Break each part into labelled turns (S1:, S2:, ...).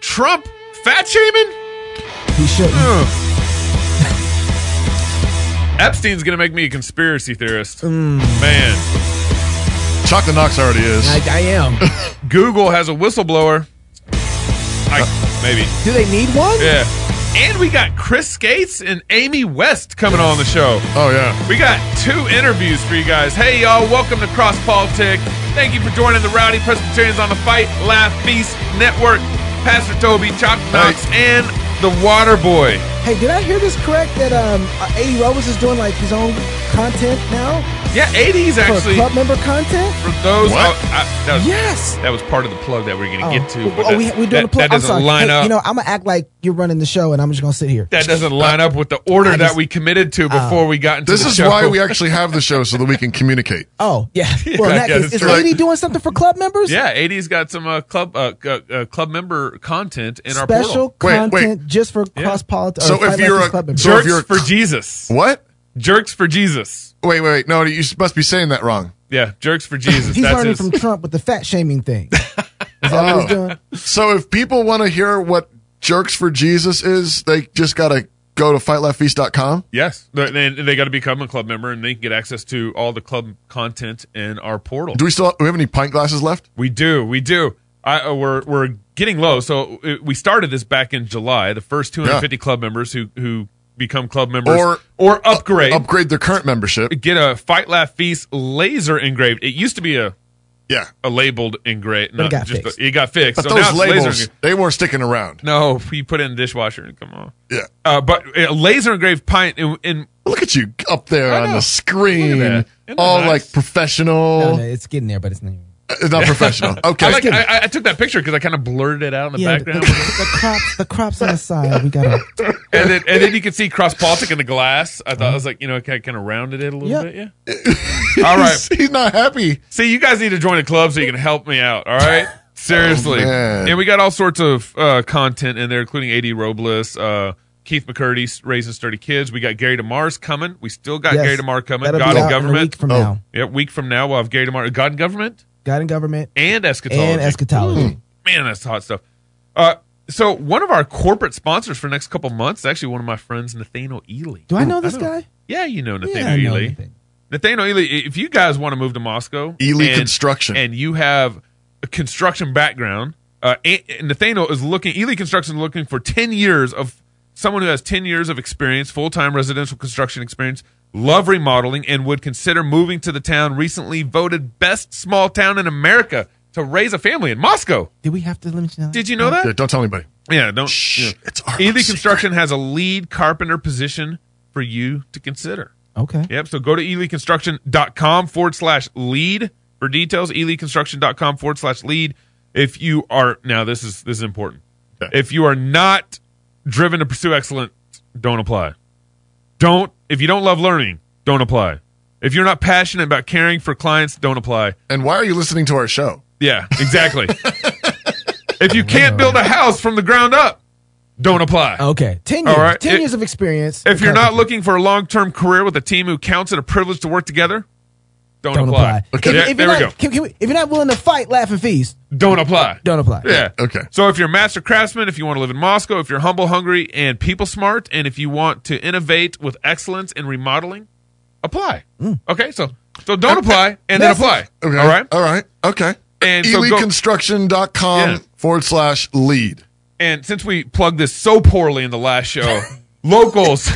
S1: Trump fat shaming?
S2: He shouldn't.
S1: Ugh. Epstein's gonna make me a conspiracy theorist. Man,
S3: Chocolate Knox already is.
S2: I, I am.
S1: Google has a whistleblower. I, maybe,
S2: Do they need one?
S1: yeah. And we got Chris Skates and Amy West coming on the show.
S3: oh yeah.
S1: We got two interviews for you guys. Hey, y'all, welcome to Cross Politic. Thank you for joining the Rowdy Presbyterians on the Fight, Laugh, Feast Network. Pastor Toby, Chop Knox, and the Water Boy.
S2: Hey, did I hear this correct that um, uh, 80 Robles is doing like his own content now
S1: Yeah, 80s
S2: for
S1: actually.
S2: club member content?
S1: For those,
S3: What?
S1: oh, I- that was,
S2: Yes.
S1: that was part of the plug that we are going to get to.
S2: Oh,
S1: But
S2: oh,
S1: that,
S2: we, we're doing
S1: that,
S2: a plug.
S1: that doesn't
S2: I'm sorry.
S1: line
S2: Hey,
S1: up.
S2: You know, I'm gonna act like you're running the show, and I'm just gonna sit here.
S1: that doesn't line up with the order
S2: I
S1: that
S2: just- Oh.
S1: we committed to before we got into
S3: This
S1: the
S3: is
S1: show.
S3: why we actually have the show so that we can communicate.
S2: Oh yeah. Well, in that
S1: Yeah,
S2: case,
S1: that's
S2: is
S1: right.
S2: Lady doing something for club members?
S1: Yeah, 80s got some uh, club uh, uh, uh, club member content in our
S2: Special
S1: portal.
S3: Wait,
S2: content
S3: wait.
S2: just for cross politics.
S3: So if you're a-
S2: club members.
S3: so- if
S1: Jerks
S3: you're a
S1: for
S3: cl-
S1: Jesus.
S3: What?
S1: Jerks for Jesus.
S3: Wait, wait, wait. No, you must be saying that wrong.
S1: Yeah, jerks for Jesus.
S2: he's
S1: That's
S2: learning
S1: his.
S2: from Trump with the fat shaming thing. Is that what he's doing?
S3: Oh. So if people want to hear what Jerks for Jesus is, they just got to go to fightleftfeast.com.
S1: yes, they, they, got to become a club member and they can get access to all the club content in our portal.
S3: Do we still do we have any pint glasses left?
S1: we do, we do. I, uh, we're we're getting low. So uh, we started this back in July. The first 250 club members who who become club members
S3: Or-
S1: or upgrade
S3: Upgrade their current membership.
S1: get a fight laugh feast laser engraved. It used to be a
S3: Yeah.
S1: a labeled engraved. Not
S2: it got
S1: just
S2: fixed.
S1: A, it got fixed. so
S3: But
S1: now
S3: those
S1: it's laser
S3: labels,
S1: engraved.
S3: they weren't sticking around.
S1: No, we put it in the dishwasher and come on.
S3: Yeah.
S1: Uh, but a laser engraved pint in, in
S3: Look at you up there
S1: I
S3: on
S1: know.
S3: the
S1: Look at
S3: screen.
S1: that. Isn't that
S3: All
S1: nice?
S3: like professional.
S2: No, no, it's getting there, but it's not.
S3: Uh, Not professional. Okay.
S1: I, like, I, I- I took that picture because I kind of blurred it out in the
S2: Yeah, the, the,
S1: background,
S2: the crops, the crops on the side. We gotta.
S1: and then and then you could see cross politic in the glass. I thought I was like, you know, I kind of rounded it a little
S2: Yeah.
S1: bit. Yeah. all right.
S3: he's, he's not happy.
S1: See, you guys need to join a club so you can help me out. All right. Seriously.
S3: Oh, man.
S1: and we got all sorts of uh, content in there, including AD Robles, uh, Keith McCurdy's raising sturdy kids. We got Gary DeMar's coming. We still got
S2: Yes.
S1: Gary DeMar coming.
S2: That'll
S1: God and
S2: be out in a
S1: government.
S2: week from
S3: Oh.
S2: now.
S1: yeah, week from now we'll have Gary DeMar. God and government
S2: God and government
S1: and eschatology. Hmm.
S2: and eschatology.
S1: man, that's hot stuff. Uh, so one of our corporate sponsors for the next couple months is actually one of my friends, Nathaniel Ely.
S2: Do I know this guy?
S1: Yeah, you know
S2: Yeah,
S1: Nathaniel
S2: I know
S1: Ely.
S2: nothing.
S1: Nathaniel Ely. If you guys want to move to Moscow,
S3: Ely
S1: and-
S3: Construction.
S1: and you have a construction background, uh, and- and Nathaniel is looking. Ely Construction is looking for ten years of someone who has ten years of experience, full time residential construction experience. Love remodeling and would consider moving to the town recently voted best small town in America to raise a family in Moscow.
S2: Did we have to limit you?
S1: Did you know that?
S3: Yeah, don't tell anybody.
S1: Yeah, don't.
S3: Shh,
S1: yeah.
S3: it's our
S1: Ely
S3: little
S1: Construction has a lead carpenter position for you to consider.
S2: Okay.
S1: Yep. So go to elyconstruction.com forward slash lead for details. elyconstruction.com forward slash lead. If you are now, this is this is important.
S3: Okay.
S1: If you are not driven to pursue excellence, don't apply. Don't if you don't love learning, don't apply. If you're not passionate about caring for clients, don't apply.
S3: And why are you listening to our show?
S1: Yeah, exactly. if you can't build a house from the ground up, don't apply.
S2: Okay. Ten years.
S1: All right.
S2: Ten
S1: It-
S2: years of experience.
S1: If you're not
S2: looking,
S1: looking for a long term career with a team who counts it a privilege to work together, don't,
S2: don't
S1: apply.
S2: apply.
S1: Okay.
S2: If,
S1: There,
S2: if
S1: there
S2: you're
S1: we go.
S2: not, can- can we- if you're not willing to fight, laugh and feast,
S1: Don't apply.
S2: don't apply.
S1: Yeah.
S3: Okay.
S1: So if you're a master craftsman, if you want to live in Moscow, if you're humble, hungry, and people smart, and if you want to innovate with excellence in remodeling, apply.
S2: Mm.
S1: Okay. So so don't apply and then
S2: Message.
S1: apply.
S3: Okay.
S1: All right.
S3: All right. Okay.
S1: And so go-
S3: EleyConstruction.com
S1: Yeah.
S3: forward slash lead.
S1: And since we plugged this so poorly in the last show, locals.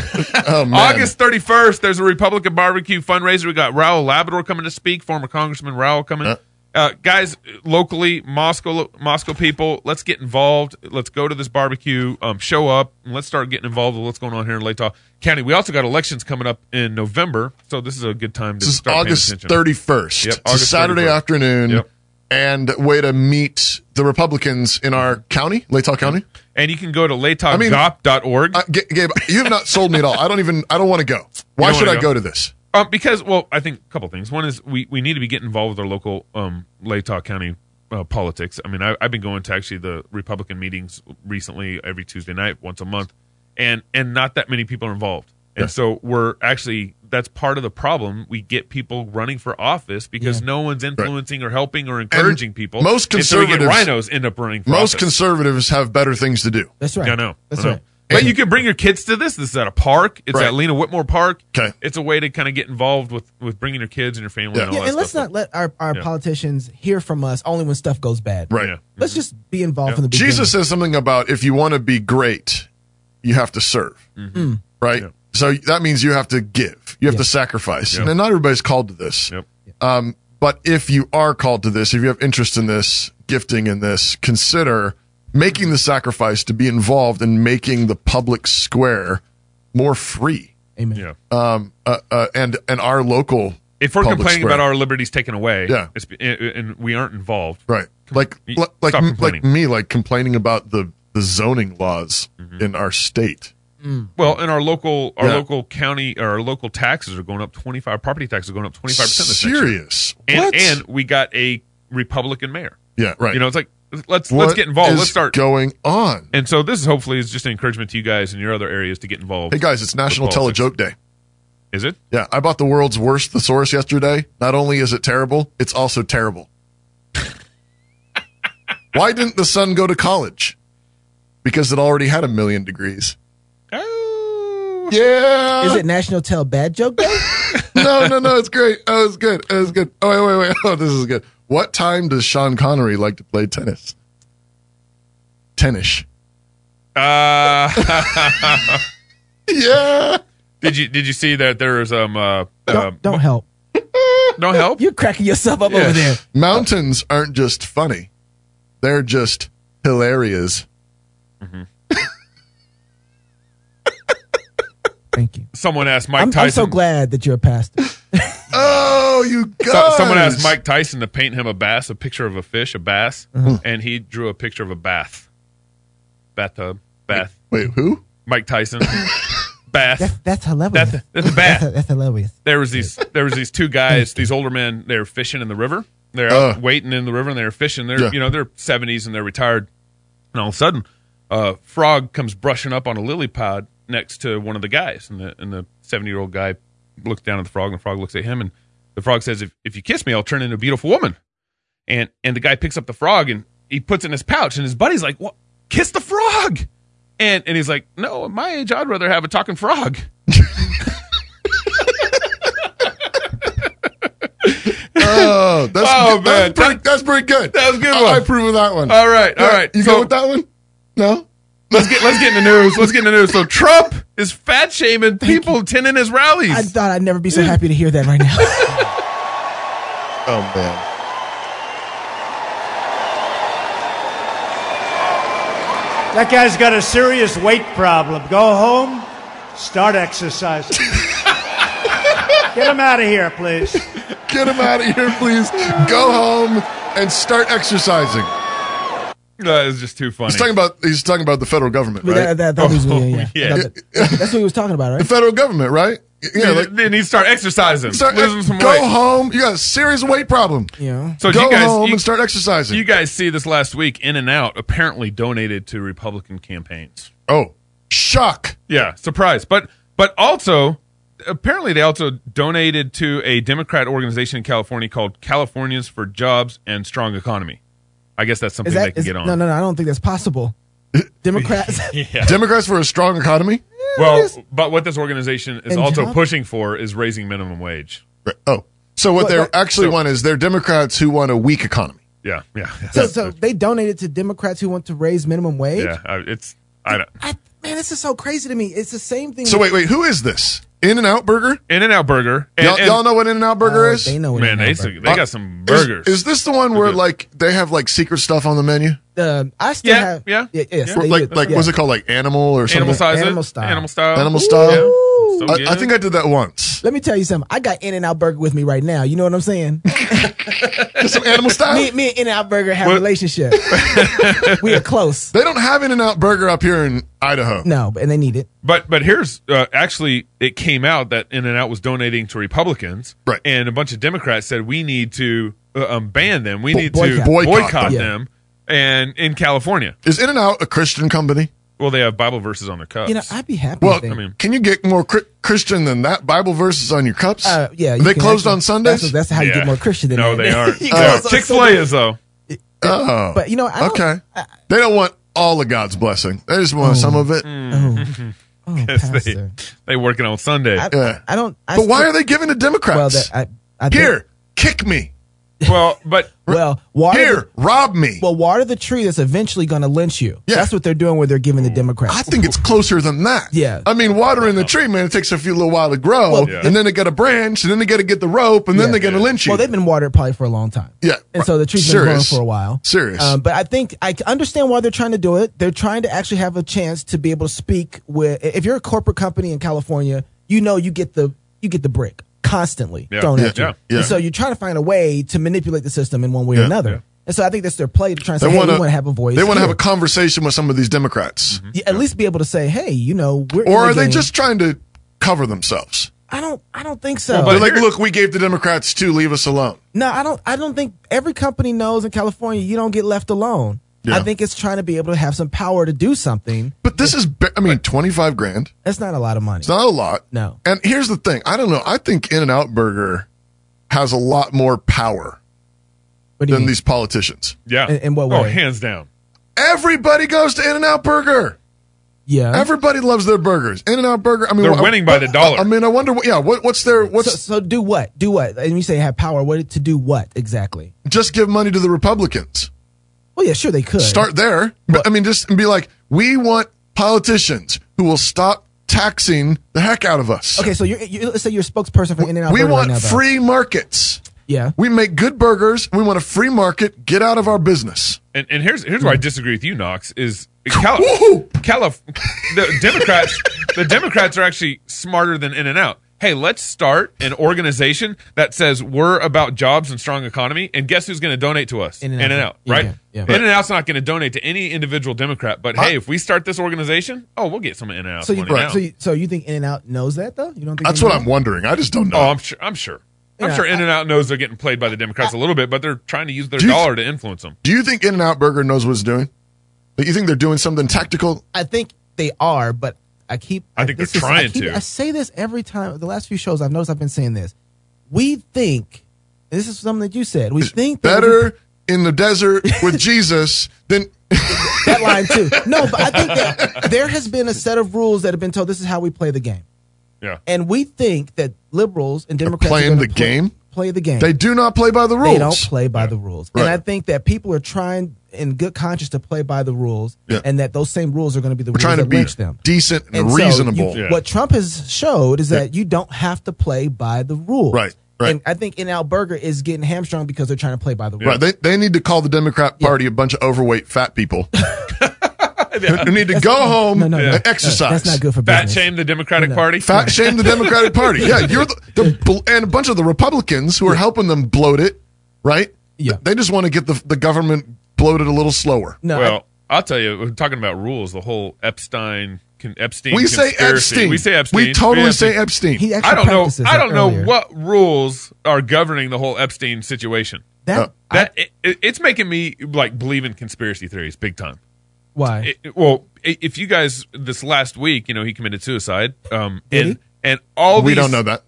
S3: Oh, man.
S1: August 31st, there's a Republican barbecue fundraiser. We got Raul Labrador coming to speak, former Congressman Raul coming. Uh,
S3: Uh.
S1: guys, locally, Moscow, Moscow people, let's get involved. Let's go to this barbecue, um, show up, and let's start getting involved with what's going on here in Latah County. We also got elections coming up in November, so this is a good time to
S3: This is
S1: start paying
S3: August
S1: attention.
S3: 31st.
S1: Yep,
S3: it's a
S1: August
S3: Saturday
S1: 31st.
S3: afternoon.
S1: Yep.
S3: And way to meet the Republicans in our county, Latah County.
S1: And you can go to
S3: mean-
S1: latahgop.org.
S3: Uh, G- Gabe, you have not sold me at all. I don't even, I don't want to go. Why
S1: don't
S3: should I
S1: wanna
S3: go?
S1: go?
S3: to this?
S1: Um, because well, I think a couple things. One is we, we need to be getting involved with our local um, Latah County uh, politics. I mean, I, I've been going to actually the Republican meetings recently every Tuesday night, once a month, and and not that many people are involved. And so we're actually that's part of the problem. We get people running for office because no one's influencing or helping or encouraging people.
S3: most
S1: And so we get
S3: conservatives-
S1: rhinos end up running for office.
S3: Most conservatives have better things to do.
S2: That's right.
S1: I know.
S2: That's
S1: I know.
S2: right.
S1: But you can bring your kids to this. This is at a park. It's
S3: Right.
S1: at Lena Whitmore Park.
S3: 'Kay.
S1: It's a way to kind of get involved with with bringing your kids and your family.
S3: Yeah.
S1: and all
S2: Yeah,
S1: that
S2: and let's
S1: stuff.
S2: not let our, our
S1: Yeah.
S2: politicians hear from us only when stuff goes bad.
S3: Right.
S1: Yeah.
S2: Let's just be involved in the beginning.
S3: Jesus says something about if you want to be great, you have to serve.
S1: Mm-hmm.
S3: Right? So that means you have to give. You have to sacrifice. And not everybody's called to this.
S1: Yep.
S3: Um, but if you are called to this, if you have interest in this, gifting in this, consider making the sacrifice to be involved in making the public square more free.
S2: Amen.
S1: Yeah.
S3: Um, uh, uh, and and our local
S1: If we're
S3: public
S1: complaining
S3: square.
S1: about our liberties taken away,
S3: Yeah.
S1: it's, and- and we aren't involved,
S3: Right. Like
S1: you-
S3: li- like
S1: stop
S3: m- like
S1: complaining.
S3: me like complaining about the the zoning laws
S1: Mm-hmm.
S3: in our state.
S2: Mm.
S1: Well, and our local our
S3: Yeah.
S1: local county our local taxes are going up twenty five. Property taxes are going up twenty five percent this next year.
S3: Serious.
S1: And,
S3: what?
S1: and we got a Republican mayor.
S3: yeah, right.
S1: You know, it's like let's
S3: What
S1: let's get involved.
S3: is
S1: Let's start.
S3: going on.
S1: and so this is hopefully is just an encouragement to you guys in your other areas to get involved.
S3: Hey guys, it's National Tell a
S1: politics.
S3: Joke Day.
S1: Is it?
S3: Yeah, I bought the world's worst thesaurus yesterday. Not only is it terrible, it's also terrible. Why didn't the sun go to college? Because it already had a million degrees.
S1: Oh,
S3: Yeah.
S2: Is it National Tell Bad Joke Day?
S3: no, no, no. It's great. Oh, it's good. Oh, it's good. Oh, wait, wait, wait. Oh, this is good. What time does Sean Connery like to play tennis? Tennis.
S1: Uh,
S3: Yeah.
S1: did you did you see that there was um uh, um,
S2: don't, don't help.
S1: no help?
S2: You're cracking yourself up over there.
S3: Mountains aren't just funny; they're just hilarious.
S2: Thank you.
S1: Someone asked Mike
S2: I'm,
S1: Tyson.
S2: I'm so glad that you're a pastor.
S3: Oh, you guys!
S1: So- someone asked Mike Tyson to paint him a bass, a picture of a fish, a bass,
S2: Mm-hmm.
S1: and he drew a picture of a bath, bathtub, bath.
S3: Wait, who?
S1: Mike Tyson,
S2: That's
S1: bath.
S2: that's hilarious.
S1: That's a, that's a bath.
S2: That's, that's hilarious.
S1: There was these there was these two guys, these older men. They were fishing in the river. They're out
S3: Uh.
S1: waiting in the river, and they're fishing. They're
S3: Yeah.
S1: you know they're seventies and they're retired. And all of a sudden, a frog comes brushing up on a lily pad next to one of the guys, and the and the seventy year old guy looks down at the frog, and the frog looks at him, and the frog says, "If if you kiss me, I'll turn into a beautiful woman." and and the guy picks up the frog and he puts it in his pouch and his buddy's like what kiss the frog and and he's like no at my age i'd rather have a talking frog
S3: Oh, that's
S1: Oh,
S3: good. That's
S1: man.
S3: pretty, that's pretty good.
S1: That was a good
S3: I-
S1: one.
S3: I approve of that one.
S1: all right all right
S3: You
S1: so
S3: go with that one? No.
S1: let's get let's get in the news let's get in the news so trump is fat shaming people attending his rallies
S2: I thought I'd never be so happy to hear that right now.
S3: Oh man.
S4: That guy's got a serious weight problem. Go home, start exercising. Get him out of here, please.
S3: Get him out of here, please. Go home and start exercising.
S1: that is just too funny
S3: He's talking about he's talking about the federal government,
S2: But
S3: right?
S2: that, that, that was- yeah,
S1: Oh,
S2: yeah.
S1: yeah.
S2: That- that- that's what he was talking about,
S3: the
S2: right?
S3: federal government, right? Yeah, like
S1: then he start exercising
S3: start,
S1: losing some
S3: go
S1: weight
S3: home. You got a serious weight problem.
S2: Yeah.
S1: so
S3: go
S1: you guys
S3: home
S1: you,
S3: and start exercising.
S1: you guys see this last week in and out apparently donated to republican campaigns
S3: oh, shock!
S1: Yeah, surprise. But but also apparently they also donated to a Democrat organization in California called Californians for Jobs and Strong Economy. I guess that's something
S2: Is
S1: they
S2: that
S1: can
S2: is,
S1: get on.
S2: no no no? I don't think that's possible. Democrats.
S1: Yeah.
S3: Democrats for a strong economy.
S1: Well, but what this organization is
S2: And
S1: also
S2: job-
S1: pushing for is raising minimum wage.
S3: Right. Oh, so what they
S2: that-
S3: actually
S1: so-
S3: want is they're Democrats who want a weak economy.
S1: Yeah, yeah.
S2: so, so they donated to Democrats who want to raise minimum wage.
S1: yeah, I- it's I don't
S2: I, man, this is so crazy to me. It's the same thing.
S3: So
S2: with-
S3: wait, wait, who is this? In and Out Burger.
S1: In and Out Burger. And,
S3: y'all,
S1: and-
S3: y'all know what In and Out Burger
S2: Oh,
S3: is?
S2: They know what
S1: man,
S2: it
S1: they,
S2: is.
S1: they got some burgers.
S3: Is, is this the one where
S1: good.
S3: like they have like secret stuff on the menu?
S2: Um, I still
S1: Yeah,
S2: have.
S1: yeah.
S2: yeah yes,
S1: Yeah.
S2: they
S3: like
S2: did.
S3: like
S2: yeah.
S3: what's it called? Like animal or something?
S1: animal size.
S2: Animal style.
S1: Animal style.
S3: Animal style?
S1: Yeah.
S2: Ooh.
S1: So
S3: I, I think I did that once.
S2: Let me tell you something. I got In and Out Burger with me right now. You know what I'm saying?
S3: Just some animal style.
S2: me, me and In and Out Burger have a
S1: Well-
S2: relationship. we are close.
S3: They don't have In and Out Burger up here in Idaho.
S2: No, but- and they need it.
S1: But but here's uh, actually it came out that In and Out was donating to Republicans,
S3: Right.
S1: And a bunch of Democrats said we need to uh, um, ban them, we need
S2: boycott.
S1: to
S3: Boycott
S1: boycott,
S3: them.
S2: Yeah.
S1: them, and in California,
S3: Is In and Out a Christian company?
S1: Well, they have Bible verses on their cups.
S2: You know, I'd be happy.
S3: Well,
S2: if they,
S1: I mean-
S3: can you get more cri- Christian than that? Bible verses on your cups?
S2: uh, yeah,
S3: Are
S2: you
S3: they
S2: can
S3: closed
S2: actually-
S3: on Sundays.
S2: That's, that's how you
S1: Yeah.
S2: get more Christian than
S1: no,
S2: that.
S1: they aren't.
S2: You
S1: They
S2: go
S1: aren't.
S2: on
S1: Chick-fil-A is though.
S3: oh,
S2: But you know, I don't,
S3: okay.
S2: I-
S3: they don't want all of God's blessing. They just want some of it.
S2: Mm. oh,
S1: They,
S2: pastor,
S1: they working on Sunday.
S2: I,
S3: Yeah.
S2: I don't. I
S3: But why
S2: still-
S3: are they giving to
S2: Well,
S3: Democrats?
S2: that, I, I think-
S3: Here, kick me.
S1: well, but
S2: Well, water.
S3: Here,
S2: The,
S3: rob me.
S2: well, water the tree that's eventually going to lynch you.
S3: Yeah.
S2: That's what they're doing. Where they're giving the Democrats.
S3: I think it's closer than that.
S2: Yeah.
S3: I mean, watering the tree, man, it takes a few little while to grow,
S2: Well, Yeah.
S3: and then they got a branch, and then they got to get the rope, and then
S2: Yeah.
S3: they got to lynch you.
S2: Well, they've been watered probably for a long time.
S3: Yeah,
S2: And so the tree's been growing
S3: serious.
S2: for a while.
S3: Serious.
S2: Um, but I think I c- understand why they're trying to do it. They're trying to actually have a chance to be able to speak with. If you're a corporate company in California, you know you get the you get the brick constantly
S1: Yeah.
S2: thrown
S1: Yeah.
S2: at you.
S1: Yeah.
S3: Yeah.
S2: And so you're trying to find a way to manipulate the system in one way or
S3: Yeah.
S2: another.
S1: Yeah.
S2: And so I think that's their play to try and say,
S3: they
S2: hey,
S3: want
S2: we want to have a voice.
S3: They want to
S2: here.
S3: have a conversation with some of these Democrats,
S2: Yeah, at least be able to say, hey, you know, we're in
S3: or
S2: the
S3: are they
S2: game.
S3: just trying to cover themselves?
S2: I don't. I don't think so.
S1: But
S3: They're like,
S1: here-
S3: look, we gave the Democrats two. Leave us alone.
S2: No, I don't. I don't think every company knows in California you don't get left alone.
S3: Yeah.
S2: I think it's trying to be able to have some power to do something.
S3: But this is, ba- I mean, twenty five grand.
S2: That's not a lot of money.
S3: It's not a lot.
S2: No.
S3: And here's the thing. I don't know. I think In and Out Burger has a lot more power
S2: What do you
S3: than
S2: mean?
S3: these politicians.
S1: yeah.
S2: In- in what
S1: Oh,
S2: way?
S1: hands down.
S3: Everybody goes to In and Out Burger.
S2: yeah.
S3: Everybody loves their burgers. In and Out Burger. I mean,
S1: They're
S3: I-
S1: winning by the dollar.
S3: I, mean, I wonder. What, yeah, what, what's their
S2: so,
S3: what's
S2: so do what? Do what? And you say have power. What to do? What exactly?
S3: just give money to the Republicans.
S2: Well, yeah, sure they could.
S3: Start there. But, I mean, just be like, we want politicians who will stop taxing the heck out of us.
S2: Okay, so you're, you let's say you're a spokesperson for In and Out.
S3: we want
S2: right now, though.
S3: free markets.
S2: Yeah.
S3: We make good burgers. We want a free market. Get out of our business.
S1: And, and here's here's where
S2: Mm.
S1: I disagree with you, Knox. Is Cali-
S3: Woohoo!
S1: Calif- the Democrats the Democrats are actually smarter than In and Out. Hey, let's start an organization that says we're about jobs and strong economy. And guess who's going to donate to us?
S2: In-N-Out.
S1: In and Out,
S2: Yeah,
S1: right?
S2: yeah, yeah.
S1: In and Out's not going to donate to any individual Democrat. But hey, if we start this organization, oh, we'll get some In and Out
S2: So you,
S1: money now.
S2: so you so you think In and Out knows that though? You don't think
S3: That's
S2: they
S3: what
S2: know?
S3: I'm wondering. I just don't know.
S1: oh, I'm sure. I'm sure. I'm
S2: Yeah,
S1: sure In and Out knows they're getting played by the Democrats a little bit, but they're trying to use their
S3: Do you-
S1: dollar to influence them.
S3: Do you think In and Out Burger knows what it's doing? Like, You think they're doing something tactical?
S2: I think they are, but I keep.
S1: I think
S2: this
S1: they're trying
S2: I keep-
S1: to.
S2: I say this every time. The last few shows, I've noticed I've been saying this. We think and this is something that you said. We think that we-
S3: Better in the desert with Jesus than
S2: that line too. No, but I think that there has been a set of rules that have been told. This is how we play the game,
S1: Yeah.
S2: and we think that liberals and Democrats are
S3: playing
S2: gonna
S3: the
S2: play-
S3: game?
S2: Play the game.
S3: they do not play by the rules.
S2: They don't play by the rules. And
S3: Right.
S2: I think that people are trying in good conscience to play by the rules
S3: Yeah.
S2: and that those same rules are going to be the
S3: We're
S2: rules
S3: trying to
S2: that
S3: be
S2: lynch them.
S3: decent and,
S2: And so
S3: reasonable.
S2: you-
S1: Yeah.
S2: What Trump has showed is that you don't have to play by the rules.
S3: Right, right.
S2: And I think In Out Burger is getting hamstrung because they're trying to play by the rules.
S3: Right. They, they need to call the Democrat Party a bunch of overweight fat people who need to go home
S2: No, no, no.
S3: and exercise.
S2: That's not good for
S1: Fat
S2: business.
S1: shame the Democratic Party.
S3: Fat shame the Democratic Party. Yeah, you're the, the bl- and a bunch of the Republicans who are helping them bloat it, right?
S2: Yeah.
S3: They just want to get the the government bloated a little slower.
S2: No, I-
S1: well, I'll tell you, we're talking about rules, the whole Epstein, con- Epstein.
S3: We say
S1: conspiracy.
S3: Epstein.
S1: We say Epstein.
S3: We totally
S1: Yeah,
S3: say Epstein.
S2: he actually
S1: I don't know.
S2: practices
S1: I
S2: that
S1: don't know
S2: earlier.
S1: what rules are governing the whole Epstein situation.
S2: That,
S3: Uh,
S2: I-
S1: That it, it- it's making me like believe in conspiracy theories big time.
S2: why?
S1: It- it- well, i- if you guys this last week, you know, he committed suicide. Um, and
S2: he?
S1: and all
S3: we
S1: these-
S3: don't know that.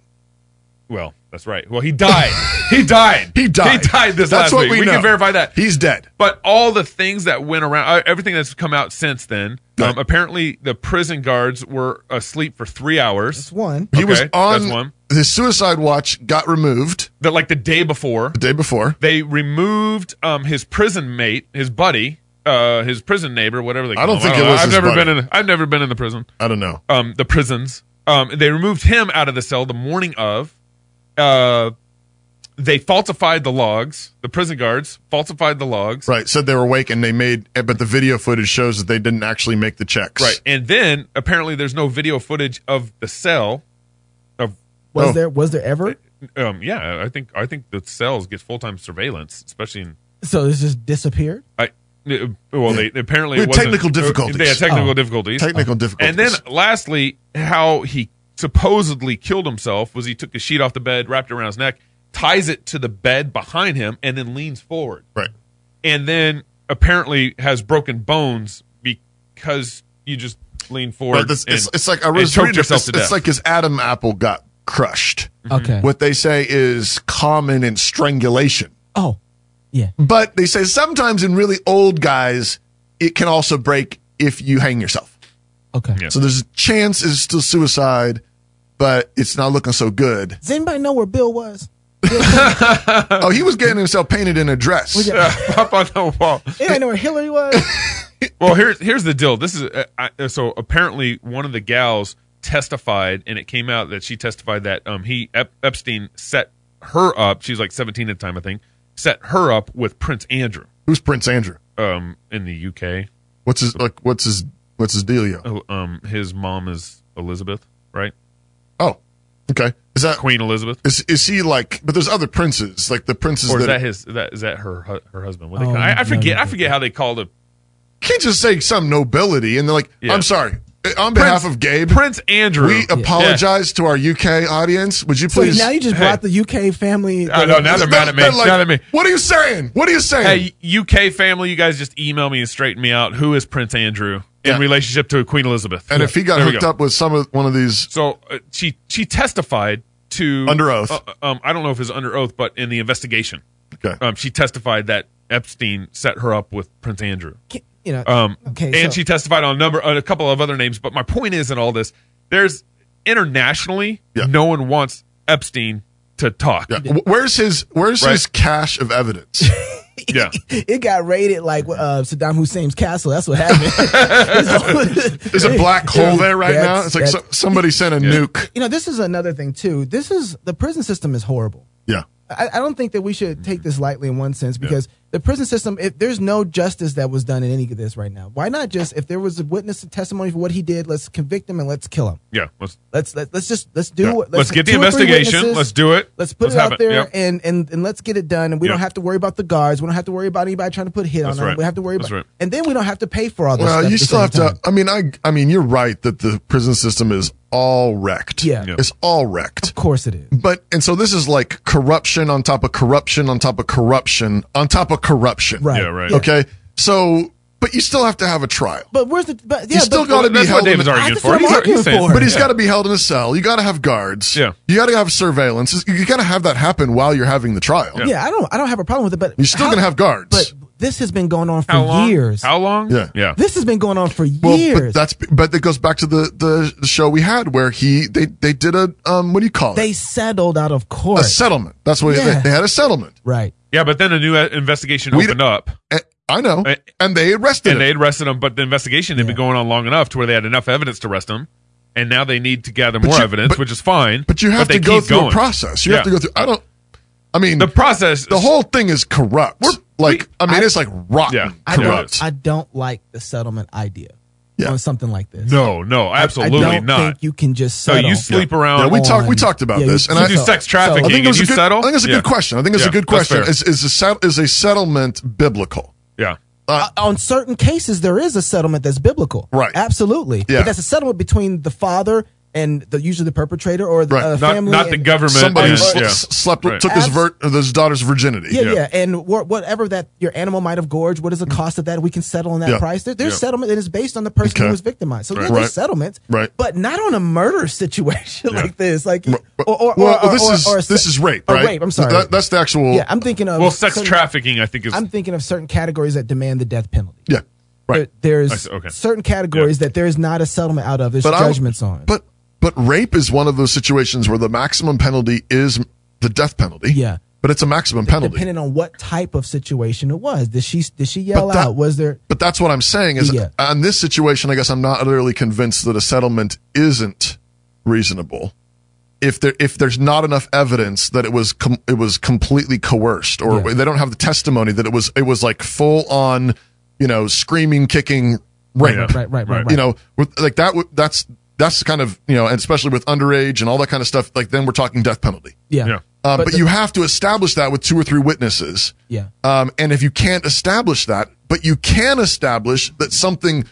S1: Well, that's right. Well, he died. he died.
S3: He died.
S1: He died this
S3: That's
S1: last
S3: what
S1: week.
S3: we
S1: We,
S3: know.
S1: can verify that.
S3: He's dead.
S1: But all the things that went around, uh, everything that's come out since then,
S3: Right.
S1: um, apparently the prison guards were asleep for three hours.
S2: That's one.
S3: He
S1: Okay,
S3: was
S1: that's
S3: on
S1: one.
S3: his suicide watch. Got removed
S1: That like the day before,
S3: the day before.
S1: they removed um, his prison mate, his buddy, uh, his prison neighbor, whatever they. Call
S3: I don't
S1: him.
S3: think it was
S1: I've
S3: his
S1: never
S3: buddy.
S1: been in. I've never been in the prison.
S3: I don't know.
S1: Um, the prisons. Um, they removed him out of the cell the morning of. Uh, they falsified the logs. The prison guards falsified the logs.
S3: Right, said they were awake and they made, but the video footage shows that they didn't actually make the checks.
S1: Right. And then apparently there's no video footage of the cell of
S2: Was
S3: Oh.
S2: there was there ever?
S1: um yeah, I think I think the cells get full-time surveillance, especially in
S2: So it's just disappeared.
S1: I uh, well they apparently it
S3: We had
S1: wasn't-
S3: technical
S1: uh,
S3: difficulties.
S1: They had technical
S2: Oh.
S1: difficulties.
S3: Technical difficulties.
S1: And then lastly, how he supposedly killed himself was he took a sheet off the bed, wrapped it around his neck, ties it to the bed behind him and then leans forward.
S3: right,
S1: and then apparently has broken bones because you just lean forward.
S3: Right, that's- it's,
S1: and-
S3: it's like I
S1: and
S3: was
S1: choke
S3: reading.
S1: yourself
S3: it's,
S1: to
S3: it's
S1: death.
S3: like his Adam apple got crushed.
S1: Mm-hmm.
S2: Okay.
S3: What they say is common in strangulation,
S2: Oh, yeah.
S3: but they say sometimes in really old guys it can also break if you hang yourself.
S2: Okay.
S1: Yeah.
S3: So there's a chance it's still suicide, but it's not looking so good.
S2: Does anybody know where Bill was?
S3: Oh, he was getting himself painted in a dress.
S1: up on the wall.
S2: Anybody know where Hillary was?
S1: Well, here's here's the deal. This is uh, I, so apparently one of the gals testified, and it came out that she testified that um he Ep- Epstein set her up. She's like 17 at the time, I think. Set her up with Prince Andrew,
S3: Who's Prince Andrew?
S1: um, in the UK.
S3: What's his like? What's his what's his dealio?
S1: Oh, Um, his mom is Elizabeth, right?
S3: Oh, okay. Is that
S1: Queen Elizabeth,
S3: is is he like? But there's other princes, like the princes
S1: or is
S3: that,
S1: that his? Is that is that her hu- her husband? What they
S2: Oh,
S1: call, I,
S2: no,
S1: I forget.
S2: no,
S1: I forget how they called him.
S3: can't just say some nobility and they're like,
S1: Yeah.
S3: I'm sorry, on behalf of Gabe,
S1: Prince Andrew.
S3: we apologize to our UK audience. Would you
S2: So
S3: please?
S2: now you just brought the UK family.
S1: I know, Oh, now they're mad at me.
S3: They're like,
S1: mad at me.
S3: What are you saying? What are you saying?
S1: Hey, UK family, you guys just email me and straighten me out. Who is Prince Andrew in
S3: Yeah.
S1: relationship to Queen Elizabeth?
S3: and if he got
S1: There we
S3: hooked
S1: go.
S3: up with some of one of these,
S1: so uh, she she testified to
S3: Under oath.
S1: Uh, um, I don't know if it's under oath, but in the investigation,
S3: okay,
S1: um, she testified that Epstein set her up with Prince Andrew.
S2: You know.
S1: Um,
S2: okay.
S1: and
S2: so-
S1: she testified on a number on a couple of other names. But my point is, in all this, there's internationally,
S3: Yeah.
S1: no one wants Epstein to talk.
S3: yeah. Wh- where's his where's
S1: Right.
S3: his cache of evidence?
S1: yeah.
S2: it got raided like uh, Saddam Hussein's castle. That's what happened.
S3: There's a black hole there right now.
S2: That's-
S3: It's like so,
S2: that's-
S3: somebody sent a nuke.
S2: you know, this is another thing too. This is the prison system is horrible.
S3: Yeah,
S2: I, I don't think that we should take this lightly in one sense because the prison system, if there's no justice that was done in any of this right now, why not just if there was a witness and testimony for what he did, let's convict him and let's kill him.
S1: yeah. Let's
S2: Let's let, let's just let's do
S3: Yeah.
S2: it.
S1: Let's get the
S2: two or three
S1: investigation.
S2: witnesses.
S1: Let's do it.
S2: Let's put
S1: Let's
S2: it
S1: have
S2: out
S1: it.
S2: there
S1: Yep.
S2: and, and and let's get it done. And we don't
S1: Yep.
S2: have to worry about the guards. We don't have to worry about anybody trying to put a hit
S1: That's
S2: on them.
S1: right.
S2: We have to worry
S1: That's
S2: about
S1: right.
S2: and then we don't have to pay for all this.
S3: Well,
S2: stuff
S3: you
S2: at the
S3: still
S2: same
S3: have
S2: time.
S3: to. I mean, I I mean, you're right that the prison system is all wrecked.
S2: Yeah. Yeah.
S3: it's all wrecked.
S2: Of course it is.
S3: But and so this is like corruption on top of corruption on top of corruption on top of corruption.
S2: Right.
S1: Yeah, right.
S3: Okay. So, but you still have to have a trial.
S2: But where's the? But, yeah,
S3: You still
S2: but-
S3: got to be
S1: That's what
S3: held. in
S1: David's
S3: a-
S1: arguing
S2: That's
S1: for.
S2: what I'm
S1: He's-
S2: arguing
S1: he's saying-
S2: for.
S3: but he's
S1: Yeah.
S3: got to be held in a cell. You got to have guards.
S1: Yeah.
S3: You got to have surveillance. You got to have that happen while you're having the trial.
S1: Yeah.
S2: Yeah, I don't. I don't have a problem with it. But
S3: You're still
S2: how-
S3: gonna have guards.
S2: But this has been going on for
S1: How long?
S2: years.
S1: How long?
S3: Yeah.
S1: Yeah.
S2: This has been going on for years.
S3: Well, but that's but that goes back to the the show we had where he they they did a um what do you call it?
S2: they settled out of
S3: a
S2: court.
S3: settlement. That's what
S2: Yeah.
S3: they, they had a settlement.
S2: right.
S1: Yeah, but then a new uh, investigation
S3: We
S1: opened
S3: don't-
S1: up,
S3: Eh, I know,
S1: Eh,
S3: and they arrested
S1: and
S3: him.
S1: they had arrested him. But the investigation had been
S2: Yeah.
S1: going on long enough to where they had enough evidence to arrest him, and now they need to gather more
S3: you-
S1: evidence,
S3: but-
S1: which is fine.
S3: but you have
S1: they
S3: to go
S1: keep
S3: through
S1: going.
S3: a process. You
S1: Yeah.
S3: have to go through. I don't. I mean,
S1: The process.
S3: the whole thing is corrupt. like I mean, it's like rotten
S1: Yeah,
S2: I
S3: corrupt.
S2: don't. I don't like the settlement idea
S3: Yeah.
S2: on something like this.
S1: No, no, absolutely
S2: I don't
S1: not.
S2: think you can just
S1: so
S2: settle.
S1: you sleep around.
S3: Yeah, we talked-
S2: on-
S3: we talked about
S2: you
S3: this, and
S2: can
S3: I-
S1: You do sex trafficking.
S3: I think
S1: and
S3: it was
S1: you
S3: a good.
S1: settle?
S3: I think it's a
S1: Yeah.
S3: good question. I think it's
S1: Yeah,
S3: a good
S1: that's
S3: question.
S1: fair.
S3: Is is a set, is a settlement biblical?
S1: yeah.
S2: Uh, on certain cases, there is a settlement that's biblical.
S3: Right.
S2: Absolutely.
S3: Yeah.
S2: But that's a settlement between the father and the usually the perpetrator or the
S3: Right.
S2: uh,
S1: Not,
S2: family.
S1: not the
S2: and-
S1: government.
S3: Somebody who
S1: and-
S3: sl-
S1: yeah.
S3: s- slept with
S1: Right.
S3: took his
S2: Abs-
S3: vir- or his daughter's virginity.
S2: Yeah,
S1: Yeah.
S2: yeah, and wha- whatever that your animal might have gorged, what is the cost of that? We can settle on that
S3: Mm-hmm. Yeah.
S2: price. There, there's
S1: Yeah.
S2: settlement that is based on the person
S3: Okay.
S2: who was victimized. So yeah,
S3: Right.
S2: there's
S3: Right.
S2: settlements,
S3: Right.
S2: But not on a murder situation
S1: Yeah.
S2: like this, like
S3: But-
S2: or, or,
S3: well,
S2: or, or,
S3: this
S2: or-
S3: is
S2: or a se-
S3: this is rape,
S2: or
S3: right?
S2: rape. I'm sorry.
S3: That- that's the actual.
S2: yeah, I'm thinking of
S1: Well, sex
S2: certain-
S1: trafficking, I think, is.
S2: I'm thinking of certain categories that demand the death penalty.
S3: yeah, right.
S2: There,
S1: I
S2: there's
S1: see, okay.
S2: certain categories that there is not a settlement out of. There's
S3: but I-
S2: judgments on.
S3: But but rape is one of those situations where the maximum penalty is the death penalty.
S2: Yeah.
S3: but it's a maximum penalty.
S2: depending on what type of situation it was, did she did she yell
S3: But that-
S2: out? Was there?
S3: But that's what I'm saying is
S2: Yeah.
S3: on this situation, I guess I'm not utterly convinced that a settlement isn't reasonable. If there if there's not enough evidence that it was com- it was completely coerced or
S2: Yeah.
S3: they don't have the testimony that it was it was like full on, you know, screaming, kicking rape.
S1: Yeah.
S2: Right, right, right,
S1: Right.
S2: right.
S3: You know, with, like that would that's that's kind of, you know, and especially with underage and all that kind of stuff, like then we're talking death penalty.
S2: yeah, Uh,
S1: Yeah.
S3: Um, but
S2: the-
S3: you have to establish that with two or three witnesses.
S2: Yeah.
S3: Um, and if you can't establish that, but you can establish that something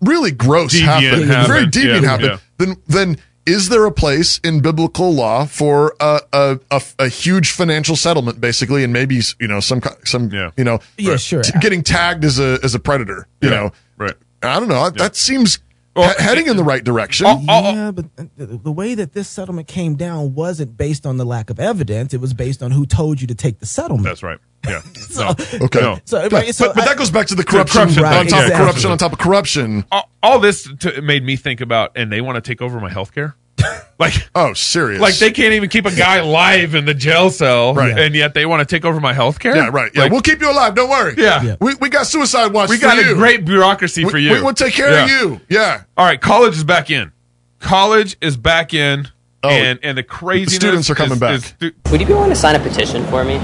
S3: really gross
S1: Deviant
S3: happened,
S1: happened,
S3: very deviant
S1: yeah,
S3: happened,
S1: yeah.
S3: then then is there a place in biblical law for a a, a, a huge financial settlement, basically, and maybe you know some ki- some
S1: Yeah.
S3: you know uh,
S2: Yeah, sure.
S3: t- getting tagged as a as a predator, you
S1: Yeah,
S3: know,
S1: right.
S3: I don't know. That seems he- heading in the right direction.
S1: Oh, oh, oh.
S2: yeah, but uh, the, the way that this settlement came down wasn't based on the lack of evidence. It was based on who told you to take the settlement.
S1: That's right. Yeah. No.
S3: okay.
S1: oh, No.
S2: So, right, so
S3: but, but
S2: I-
S3: that goes back to the corruption,
S1: corruption,
S2: right,
S3: on top
S2: exactly.
S3: of corruption on top of corruption.
S1: All, all this to, made me think about, and they want to take over my healthcare. like,
S3: Oh, serious.
S1: like they can't even keep a guy alive in the jail cell,
S3: Right.
S1: and yet they want to take over my healthcare.
S3: Yeah, right. Yeah,
S1: Like,
S3: we'll keep you alive. Don't worry.
S1: Yeah. Yeah.
S3: We, we got suicide watch.
S1: we
S3: for
S1: got
S3: you.
S1: a great bureaucracy
S3: We-
S1: for you.
S3: We, will take care of
S1: Yeah.
S3: you. Yeah.
S1: All right, college is back in. College is back in,
S3: Oh,
S1: and and the craziness.
S3: students are coming
S1: is-
S3: back.
S1: is stu-
S5: Would you be willing to sign a petition for me?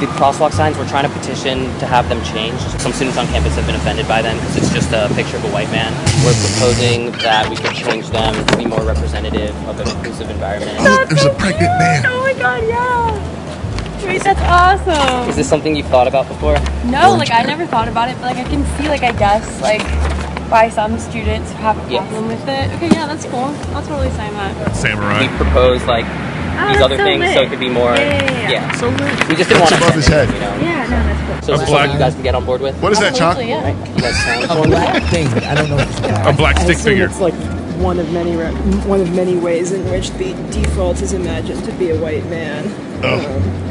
S5: The crosswalk signs, we're trying to petition to have them changed. Some students on campus have been offended by them because it's just a picture of a white man. We're proposing that we could change them to be more representative of an inclusive environment.
S3: It was a pregnant man.
S6: Oh my god, yeah. Wait, that's awesome.
S5: Is this something you've thought about before?
S6: No, like I never thought about it, but like I can see, like I guess, like why some students have a
S5: Yeah.
S6: problem with it. Okay, yeah, that's cool. I'll totally sign that. Ah,
S5: We
S1: samurai.
S5: propose like these
S6: that's
S5: other
S6: so
S5: things so it
S6: lit.
S5: could be more.
S6: Yeah, yeah, yeah.
S1: So lit.
S5: We just didn't want to
S3: above his
S5: offend
S3: head.
S5: them, You know?
S6: Yeah, no, that's
S5: So
S1: A
S5: is this something
S1: black-
S5: you guys can get on board with.
S3: What is that, Chuck?
S6: Absolutely, yeah.
S5: You guys sound
S2: a black thing. I don't know. What it's
S1: A black stick
S7: I assume
S1: figure.
S7: It's like one of many re- one of many ways in which the default is imagined to be a white man. Um,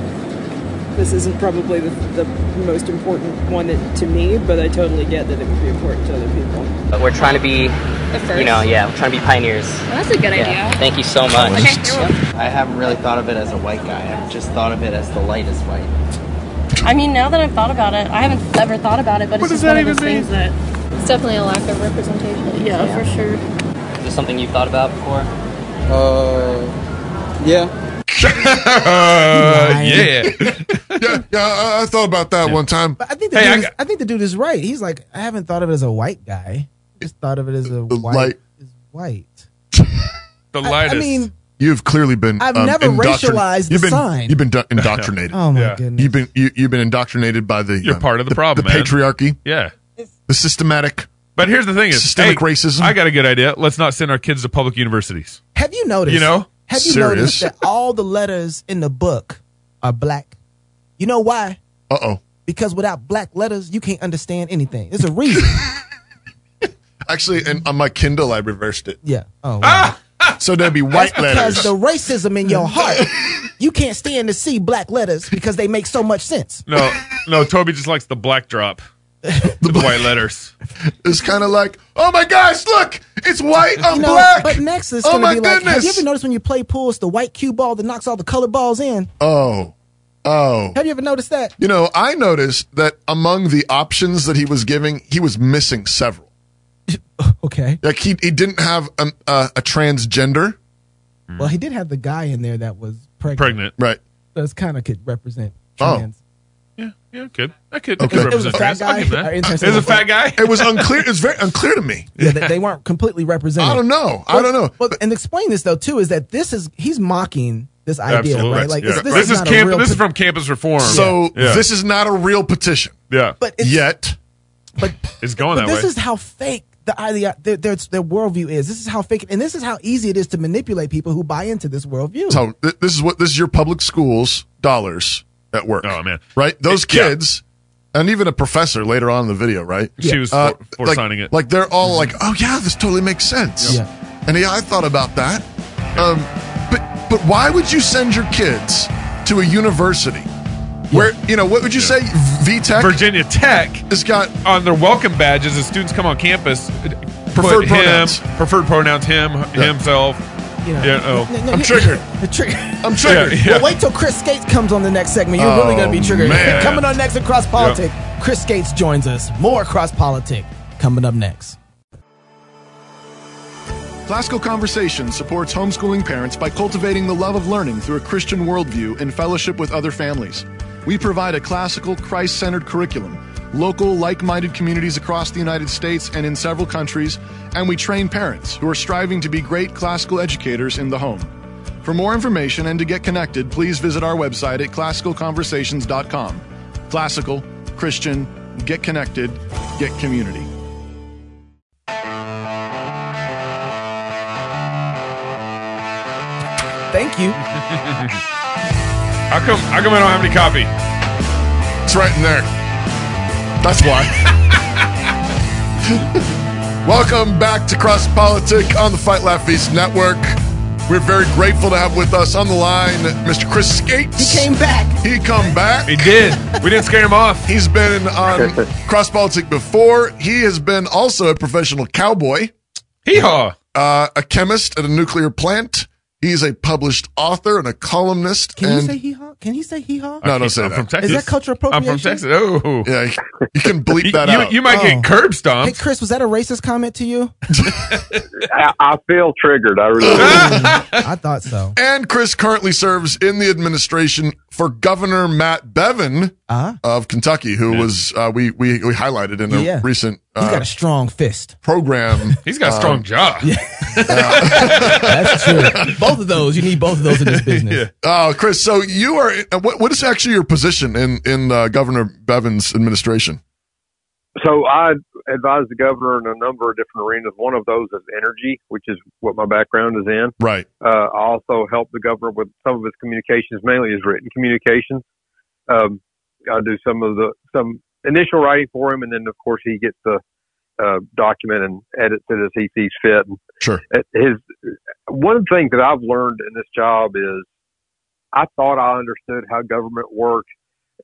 S7: this isn't probably the, the most important one that- to me, but I totally get that it would be important to other people.
S5: But we're trying to be,
S6: first.
S5: you know, yeah, we're trying to be pioneers.
S6: Well, that's a good
S5: Yeah.
S6: idea.
S5: Thank you so much.
S6: Okay, you're welcome.
S8: I haven't really thought of it as a white guy. I've just thought of it as the lightest white.
S6: I mean, now that I've thought about it, I haven't ever thought about it, but
S1: What
S6: it's just
S1: does that
S6: one of
S1: even
S6: those things that it's definitely a lack of representation. Yeah, for sure.
S5: Is this something you've thought about before?
S1: Uh,
S2: Right.
S1: yeah.
S3: Yeah. Yeah. I, I thought about that one time.
S2: But I think the
S1: Hey, I
S2: dude is,
S1: got-
S2: I think the dude is right. He's like, I haven't thought of it as a white guy. I just thought of it as a white
S3: light.
S2: is white.
S1: The
S2: I-
S1: lightest.
S2: I, mean,
S3: You've clearly been.
S2: I've
S3: um,
S2: never
S3: indoctrin-
S2: racialized the
S3: you've been,
S2: sign.
S3: You've been do- indoctrinated.
S2: oh my
S1: Yeah.
S2: goodness.
S3: You've been you, you've been indoctrinated by the um,
S1: You're part of the problem,
S3: the
S1: man.
S3: patriarchy,
S1: yeah.
S3: the systematic.
S1: But here's the thing: is
S3: Systemic
S1: hey,
S3: racism.
S1: I got a good idea. Let's not send our kids to public universities.
S2: have you noticed?
S1: You know?
S2: Have you
S3: Serious.
S2: noticed that all the letters in the book are black? You know why?
S3: Uh oh.
S2: Because without black letters, you can't understand anything. There's a reason.
S3: Actually, and on my Kindle, I reversed it,
S2: yeah. Oh. wow.
S3: so there'd be white
S2: Because
S3: Ah! letters.
S2: the racism in your heart, you can't stand to see black letters because they make so much sense.
S1: No, no. Toby just likes the black drop, the white letters.
S3: It's kind of like, oh my gosh, look, it's white on
S2: No,
S3: black.
S2: But next is
S3: oh
S2: gonna
S3: my
S2: be like,
S3: goodness.
S2: have you ever noticed when you play pool, it's the white cue ball that knocks all the color balls in?
S3: oh, oh.
S2: Have you ever noticed that?
S3: You know, I noticed that among the options that he was giving, he was missing several.
S2: Okay.
S3: Like he, he didn't have a, a, a transgender,
S2: Well, he did have the guy in there that was pregnant.
S1: Pregnant.
S3: right?
S2: So it's kind of could represent
S3: Oh.
S2: trans.
S1: Yeah, yeah, good. I could.
S3: Okay.
S1: I could
S3: It was
S2: a
S1: represent
S2: fat
S1: trans. I'll
S2: guy.
S1: give that.
S2: Our intern said
S1: It was a
S2: it was-
S1: fat guy.
S3: It was unclear. It was very unclear to me.
S2: Yeah, they, they weren't completely represented.
S3: I don't know. I don't know.
S2: Well, and explain this though too is that this is he's mocking this idea, right? Like
S1: Yeah.
S2: it's-
S1: this,
S2: this,
S1: is
S2: not
S1: camp.
S2: a real
S1: This is
S2: pos-
S1: from campus reform.
S3: so
S1: yeah.
S3: this is not a real petition
S1: yeah,
S2: but it's,
S3: yet.
S2: but
S1: it's going
S2: But
S1: that
S2: this
S1: way.
S2: is how fake the idea their, their, their worldview is. This is how fake, and this is how easy it is to manipulate people who buy into this worldview.
S3: So th- this is what this is your public schools dollars at work.
S1: Oh, man.
S3: right? Those
S1: It- yeah.
S3: kids, and even a professor later on in the video, right?
S1: she was
S3: Uh,
S1: for, for
S3: like,
S1: signing it.
S3: Like they're all like, "Oh yeah, this totally makes sense."
S2: Yeah.
S3: And yeah, I thought about that. Um, but but why would you send your kids to a university where you know what would you say VTech
S1: Virginia Tech
S3: has got
S1: on their welcome badges as students come on campus.
S3: Preferred
S1: put
S3: pronouns.
S1: Him, preferred pronouns. Him. Himself.
S2: you know,
S1: Yeah, oh.
S3: I'm triggered.
S2: The trigger.
S3: I'm triggered.
S1: Yeah, yeah.
S2: Well, wait till Chris Skates comes on the next segment. You're really going to
S3: Oh,
S2: be triggered.
S3: man.
S2: Coming on next across politic, Chris Skates joins us. More across politic coming up next.
S3: Classical Conversation supports homeschooling parents by cultivating the love of learning through a Christian worldview in fellowship with other families. We provide a classical, Christ centered curriculum, local, like minded communities across the United States and in several countries, and we train parents who are striving to be great classical educators in the home. For more information and to get connected, please visit our website at classicalconversations.com. Classical, Christian, get connected, get community.
S2: Thank you.
S1: How come? How come I don't have any copy?
S3: It's right in there. That's why. Welcome back to Cross Politic on the Fight Laugh Feast Network. We're very grateful to have with us on the line Mr. Chris Skates.
S2: He came back.
S3: He come back.
S1: He did. we didn't scare him off.
S3: He's been on Cross Politic before. He has been also a professional cowboy,
S1: Hee haw.
S3: uh, a chemist at a nuclear plant. He's a published author and a columnist.
S2: Can
S3: and
S2: you say hee haw? Can he say hee haw?
S3: No, don't say
S1: I'm
S3: that.
S1: from
S2: Is
S1: Texas.
S2: that cultural
S1: I'm from
S2: appropriation?
S1: Texas. Oh.
S3: yeah, you can bleep that uh,
S1: you,
S3: out.
S1: you might
S2: Oh.
S1: get curb
S2: Hey
S1: stomped.
S2: Chris, was that a racist comment to you?
S9: I, I feel triggered. I really do.
S2: I thought so.
S3: and Chris currently serves in the administration for Governor Matt Bevin
S2: Ah,
S3: of Kentucky, who was uh, we, we we highlighted in a
S2: Yeah.
S3: recent
S2: he's
S3: uh,
S2: got a strong fist.
S3: program.
S1: He's got a strong jaw.
S2: That's true. both of those, you need both of those in this business.
S3: Oh, Chris, so you are uh, what, what is actually your position in in uh, Governor Bevin's administration?
S9: So I advise the governor in a number of different arenas. One of those is energy, which is what my background is in.
S3: Right.
S9: Uh, I also help the governor with some of his communications, mainly his written communications. Um, I do some of the some initial writing for him, and then of course he gets the uh, document and edits it as he sees fit. And
S3: Sure.
S9: it- His one thing that I've learned in this job is I thought I understood how government worked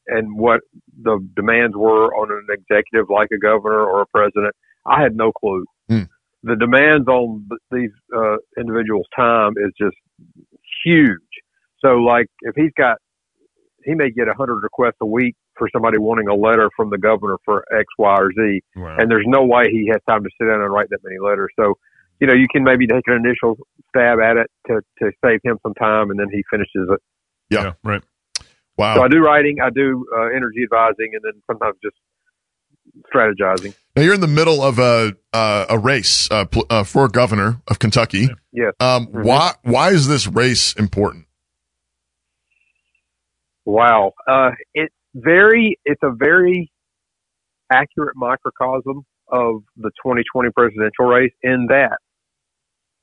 S9: and what the demands were on an executive like a governor or a president. I had no clue.
S3: Hmm.
S9: The demands on th- these uh, individuals' time is just huge. So, like, if he's got, he may get a 100 requests a week for somebody wanting a letter from the governor for X, Y, or Z
S1: Wow.
S9: and there's no way he has time to sit down and write that many letters. So, you know, you can maybe take an initial stab at it to, to save him some time, and then he finishes it.
S3: Yeah.
S1: Yeah, right.
S3: Wow.
S9: So I do writing, I do uh, energy advising, and then sometimes just strategizing.
S3: Now you're in the middle of a uh, a race uh, pl- uh, for governor of Kentucky.
S9: Yes.
S3: Um,
S9: Mhm.
S3: Why why is this race important?
S9: Wow, uh, it's very it's a very accurate microcosm of the 2020 presidential race in that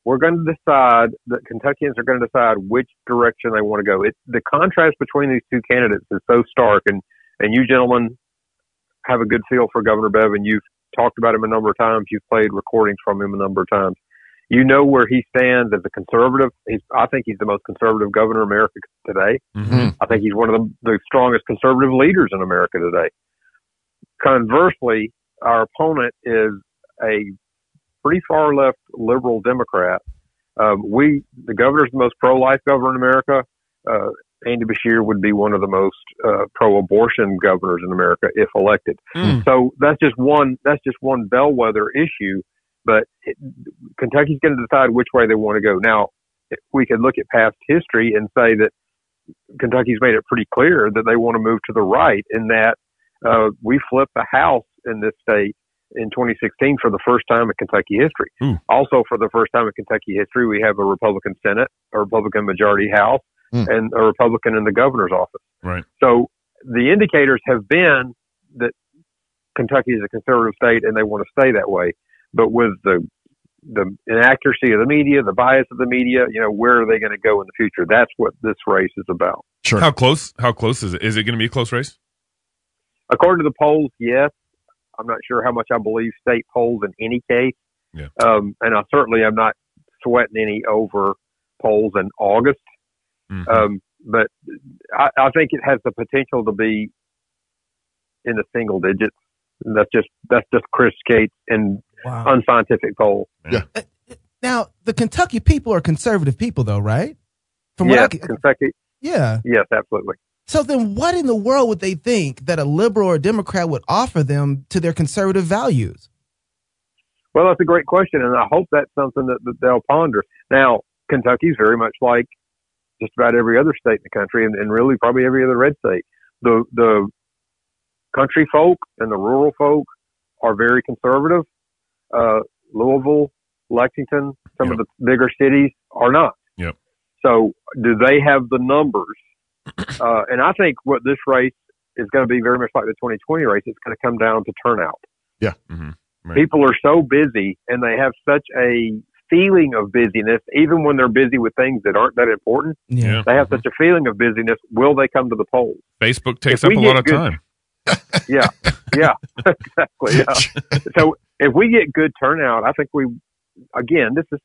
S9: we're going to decide that Kentuckians are going to decide which direction they want to go. It, the contrast between these two candidates is so stark, and and you gentlemen have a good feel for Governor Bevin. You've talked about him a number of times. You've played recordings from him a number of times. You know where he stands as a conservative. He's, I think he's the most conservative governor America today.
S3: Mm-hmm.
S1: Mhm.
S9: I think he's one of the, the strongest conservative leaders in America today. Conversely, our opponent is a pretty far left liberal Democrat. Um, we, the governor's the most pro life governor in America. Uh, Andy Bashir would be one of the most uh, pro abortion governors in America if elected.
S1: Mm.
S9: So that's just one that's just one bellwether issue. But it, Kentucky's going to decide which way they want to go. Now, we could look at past history and say that Kentucky's made it pretty clear that they want to move to the right. In that uh, we flipped the House in this state in 2016 for the first time in Kentucky history.
S1: Ooh.
S9: Also, for the first time in Kentucky history, we have a Republican Senate, a Republican majority House,
S3: Hmm.
S9: and a Republican in the governor's office.
S1: Right.
S9: So the indicators have been that Kentucky is a conservative state and they want to stay that way. But with the the inaccuracy of the media, the bias of the media, you know, where are they going to go in the future? That's what this race is about.
S3: Sure.
S1: How close? How close is it? Is it going to be a close race?
S9: According to the polls, yes. I'm not sure how much I believe state polls in any case.
S1: Yeah.
S9: Um, and I certainly am not sweating any over polls in August.
S1: Mhm.
S2: Mm-hmm.
S9: Um, but I, I think it has the potential to be in the single digits. And that's just that's just Chris Gates and
S2: Wow.
S9: unscientific poll.
S2: Uh, Now, the Kentucky people are conservative people, though, right? From what
S9: yes,
S2: I can,
S9: Kentucky.
S2: yeah.
S9: Yes, absolutely.
S2: So then, what in the world would they think that a liberal or Democrat would offer them to their conservative values?
S9: Well, that's a great question, and I hope that's something that, that they'll ponder. Now, Kentucky's very much like just about every other state in the country, and, and really probably every other red state. The the country folk and the rural folk are very conservative. Uh, Louisville, Lexington, some of the bigger cities are not.
S1: Yep.
S9: So, do they have the numbers? uh, and I think what this race is going to be very much like the 2020 race. It's going to come down to turnout
S1: Right.
S9: people are so busy and they have such a feeling of busyness even when they're busy with things that aren't that important
S1: Yeah.
S9: they have such a feeling of busyness will they come to the polls
S1: Facebook takes
S9: If
S1: up
S9: we
S1: a
S9: get
S1: lot of
S9: good-
S1: time.
S9: yeah yeah exactly yeah. so if we get good turnout, I think we, again, this is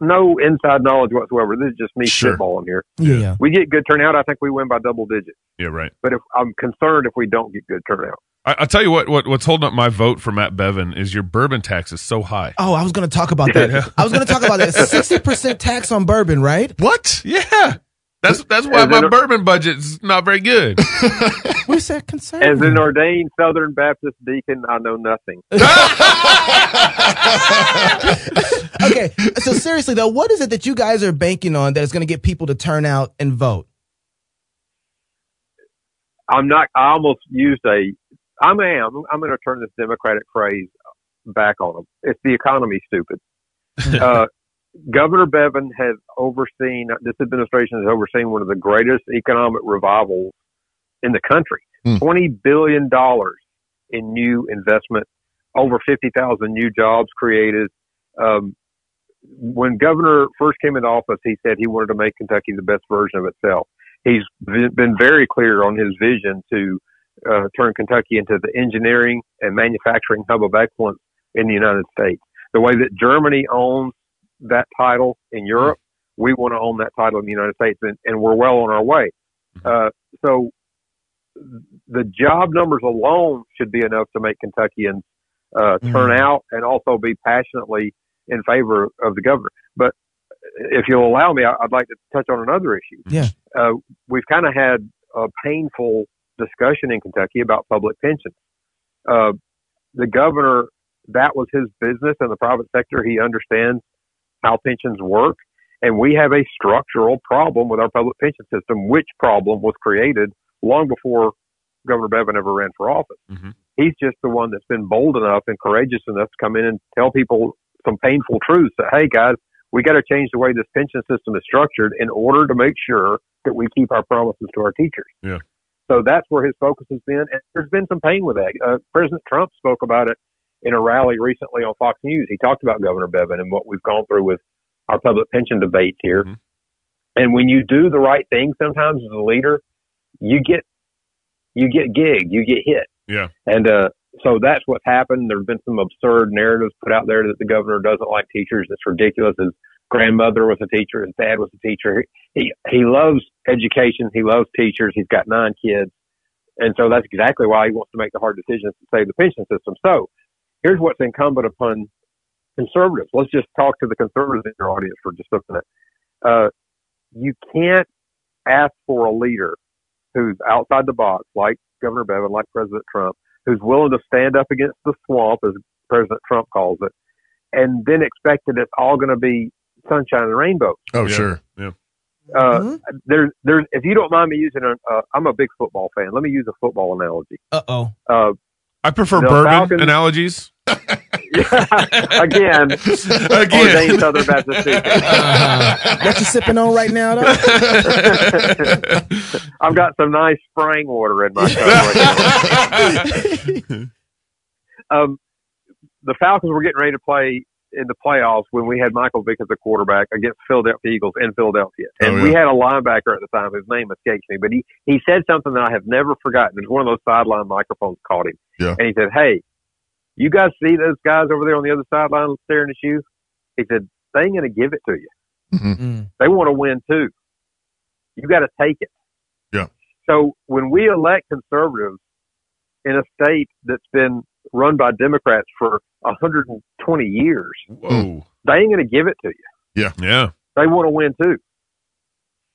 S9: no inside knowledge whatsoever. This is just me
S3: Sure.
S9: spitballing here.
S2: Yeah. yeah.
S9: We get good turnout, I think we win by double digits.
S1: Yeah, right.
S9: But if I'm concerned if we don't get good turnout,
S1: I, I'll tell you what, what. What's holding up my vote for Matt Bevin is your bourbon tax is so high.
S2: Oh, I was going to talk about that. I was going to talk about that. Sixty percent tax on bourbon, right?
S3: What?
S1: Yeah, that's that's why
S9: Is
S1: my
S9: it a-
S1: bourbon budget's not very good.
S2: We said concern.
S9: as an ordained Southern Baptist deacon, I know nothing.
S2: okay, so seriously though, what is it that you guys are banking on that is going to get people to turn out and vote?
S9: I'm not. I almost used a. I am. I'm going to turn this Democratic phrase back on them. It's the economy, stupid. uh, Governor Bevin has overseen. This administration has overseen one of the greatest economic revivals in the country.
S3: Hmm.
S9: Twenty billion dollars in new investment, over fifty thousand new jobs created. Um, when Governor first came into office, he said he wanted to make Kentucky the best version of itself he's v- been very clear on his vision to uh, turn Kentucky into the engineering and manufacturing hub of excellence in the United States. The way that Germany owns that title in Europe, we want to own that title in the United States, and, and we're well on our way. Uh, so the job numbers alone should be enough to make Kentuckians uh, turn out and also be passionately in favor of the governor. But if you'll allow me, I- I'd like to touch on another issue
S2: Yeah.
S9: uh, we've kind of had a painful discussion in Kentucky about public pensions. Uh, the governor, that was his business in the private sector. He understands how pensions work. And we have a structural problem with our public pension system, which problem was created long before Governor Bevin ever ran for office.
S1: Mhm.
S9: He's just the one that's been bold enough and courageous enough to come in and tell people some painful truths that, hey, guys, we got to change the way this pension system is structured in order to make sure that we keep our promises to our teachers.
S1: Yeah.
S9: So that's where his focus has been. And there's been some pain with that. Uh, President Trump spoke about it in a rally recently on Fox News. He talked about Governor Bevin and what we've gone through with our public pension debate here.
S1: Mhm.
S9: And when you do the right thing, sometimes as a leader, you get you get gig, you get hit.
S1: Yeah.
S9: And uh, so that's what's happened. There's been some absurd narratives put out there that the governor doesn't like teachers. It's ridiculous. His grandmother was a teacher. His dad was a teacher. He he loves education. He loves teachers. He's got nine kids, and so that's exactly why he wants to make the hard decisions to save the pension system. So here's what's incumbent upon conservatives. Let's just talk to the conservatives in your audience for just a minute. Uh, you can't ask for a leader who's outside the box, like Governor Bevin, like President Trump who's willing to stand up against the swamp, as President Trump calls it, and then expect that it's all going to be sunshine and rainbows.
S3: Oh,
S1: Yeah.
S3: sure.
S9: Uh,
S2: Mhm.
S9: There's, there's, if you don't mind me using an, uh, I'm a big football fan. Let me use a football analogy.
S2: Uh oh.
S9: Uh,
S1: I prefer
S9: The
S1: bourbon
S9: Falcons-
S1: analogies.
S9: again, ordained
S1: Again,
S9: Southern Baptist deacon.
S2: What you Uh-huh. sipping on right now? Though?
S9: I've got some nice spring water in my cup. right now. um, the Falcons were getting ready to play in the playoffs when we had Michael Vick as a quarterback against Philadelphia Eagles in Philadelphia, and
S3: Oh, yeah.
S9: we had a linebacker at the time. His name escapes me, but he he said something that I have never forgotten. It was one of those sideline microphones caught him,
S3: Yeah.
S9: and he said, "Hey, you guys see those guys over there on the other sideline staring at you?" He said, "They ain't gonna give it to you."
S2: Mm.
S9: They want to win too. You got to take it.
S3: Yeah.
S9: So when we elect conservatives in a state that's been run by Democrats for 120 years,
S1: Whoa.
S9: they ain't going to give it to you.
S1: Yeah.
S9: They want to win too.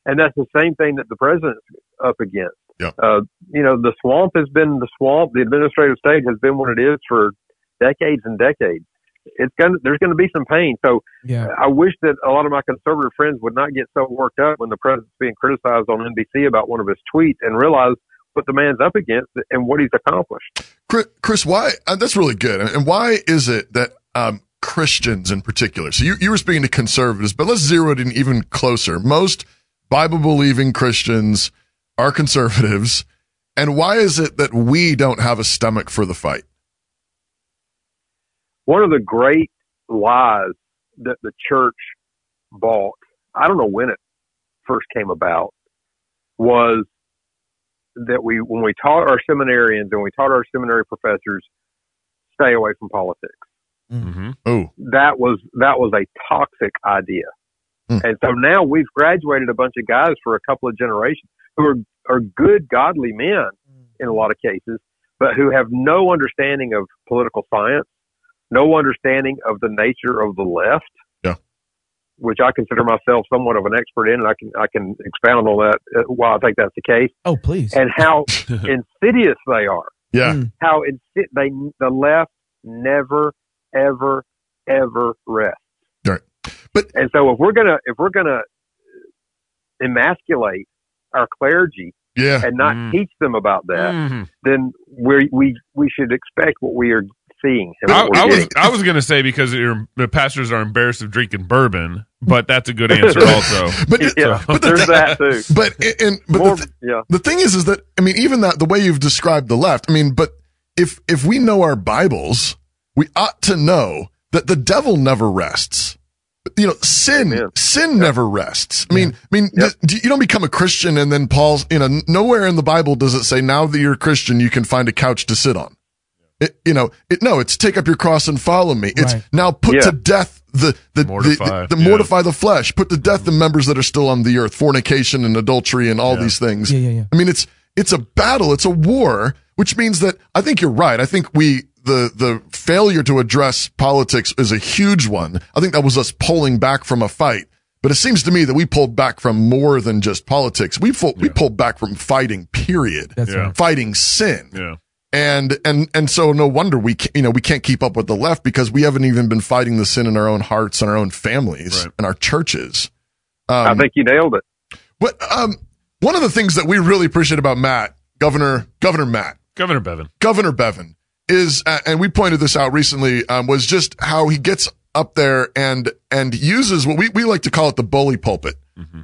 S9: And that's the same thing that the president's up against.
S3: Yeah.
S9: Uh, you know, the swamp has been the swamp. The administrative state has been what it is for decades and decades. It's going to, there's going to be some pain. So
S2: Yeah.
S9: I wish that a lot of my conservative friends would not get so worked up when the president's being criticized on NBC about one of his tweets and realize what the man's up against and what he's accomplished.
S3: Chris, Chris, why? Uh, that's really good. And why is it that um, Christians in particular? So you, you were speaking to conservatives, but let's zero it in even closer. Most Bible believing Christians are conservatives. And why is it that we don't have a stomach for the fight?
S9: One of the great lies that the church bought, I don't know when it first came about, was that we, when we taught our seminarians and we taught our seminary professors, stay away from politics.
S1: Mm-hmm.
S3: Oh,
S9: that was that was a toxic idea.
S3: Hmm.
S9: And so now we've graduated a bunch of guys for a couple of generations who are are good, godly men in a lot of cases, but who have no understanding of political science, no understanding of the nature of the left.
S3: Yeah.
S9: Which I consider myself somewhat of an expert in, and I can I can expound on that uh, why I think that's the case,
S2: Oh, please.
S9: and how insidious they are
S3: yeah.
S2: Mm.
S9: how it fit. They the left never, ever, ever rests.
S3: Right. But-
S9: and so if we're gonna if we're gonna uh, emasculate our clergy
S3: Yeah.
S9: and not
S1: Mm.
S9: teach them about that,
S3: Mm-hmm.
S1: Mhm.
S9: then we we we should expect what we are seeing. And
S1: I,
S9: what we're
S1: I was
S9: getting.
S1: I was gonna say because your the pastors are embarrassed of drinking bourbon, but that's a good answer also.
S3: But,
S9: yeah,
S3: but the
S9: there's
S3: thing-
S9: that too.
S3: but, and, but
S9: More,
S3: the, th-
S9: yeah,
S3: the thing is, is that, I mean, even that, the way you've described the left, I mean, but if, if we know our Bibles, we ought to know that the devil never rests. You know, sin,
S9: Amen.
S3: sin never rests. I mean, I mean,
S9: Yep.
S3: th- do- you don't become a Christian and then Paul's, you know, nowhere in the Bible does it say now that you're a Christian, you can find a couch to sit on. It, you know, it, no, it's take up your cross and follow me. It's
S2: Right.
S3: now put
S9: Yeah.
S3: to death the, the,
S1: Mortify,
S3: the, the, the
S1: yeah.
S3: mortify the flesh, put to death the members that are still on the earth, fornication and adultery and all these things.
S2: Yeah, yeah, yeah.
S3: I mean, it's it's a battle, it's a war, which means that I think you're right. I think we the the failure to address politics is a huge one. I think that was us pulling back from a fight, but it seems to me that we pulled back from more than just politics. We fu- we pulled back from fighting, period,
S2: That's
S1: Yeah.
S2: right.
S3: fighting sin
S1: Yeah.
S3: and and and so no wonder we can, you know we can't keep up with the left because we haven't even been fighting the sin in our own hearts and our own families
S1: Right.
S3: and our churches. um,
S9: I think you nailed it.
S3: But um, one of the things that we really appreciate about Matt Governor Governor Matt
S1: Governor Bevin.
S3: Governor Bevin is, uh, and we pointed this out recently, um, was just how he gets up there and and uses what we, we like to call it the bully pulpit.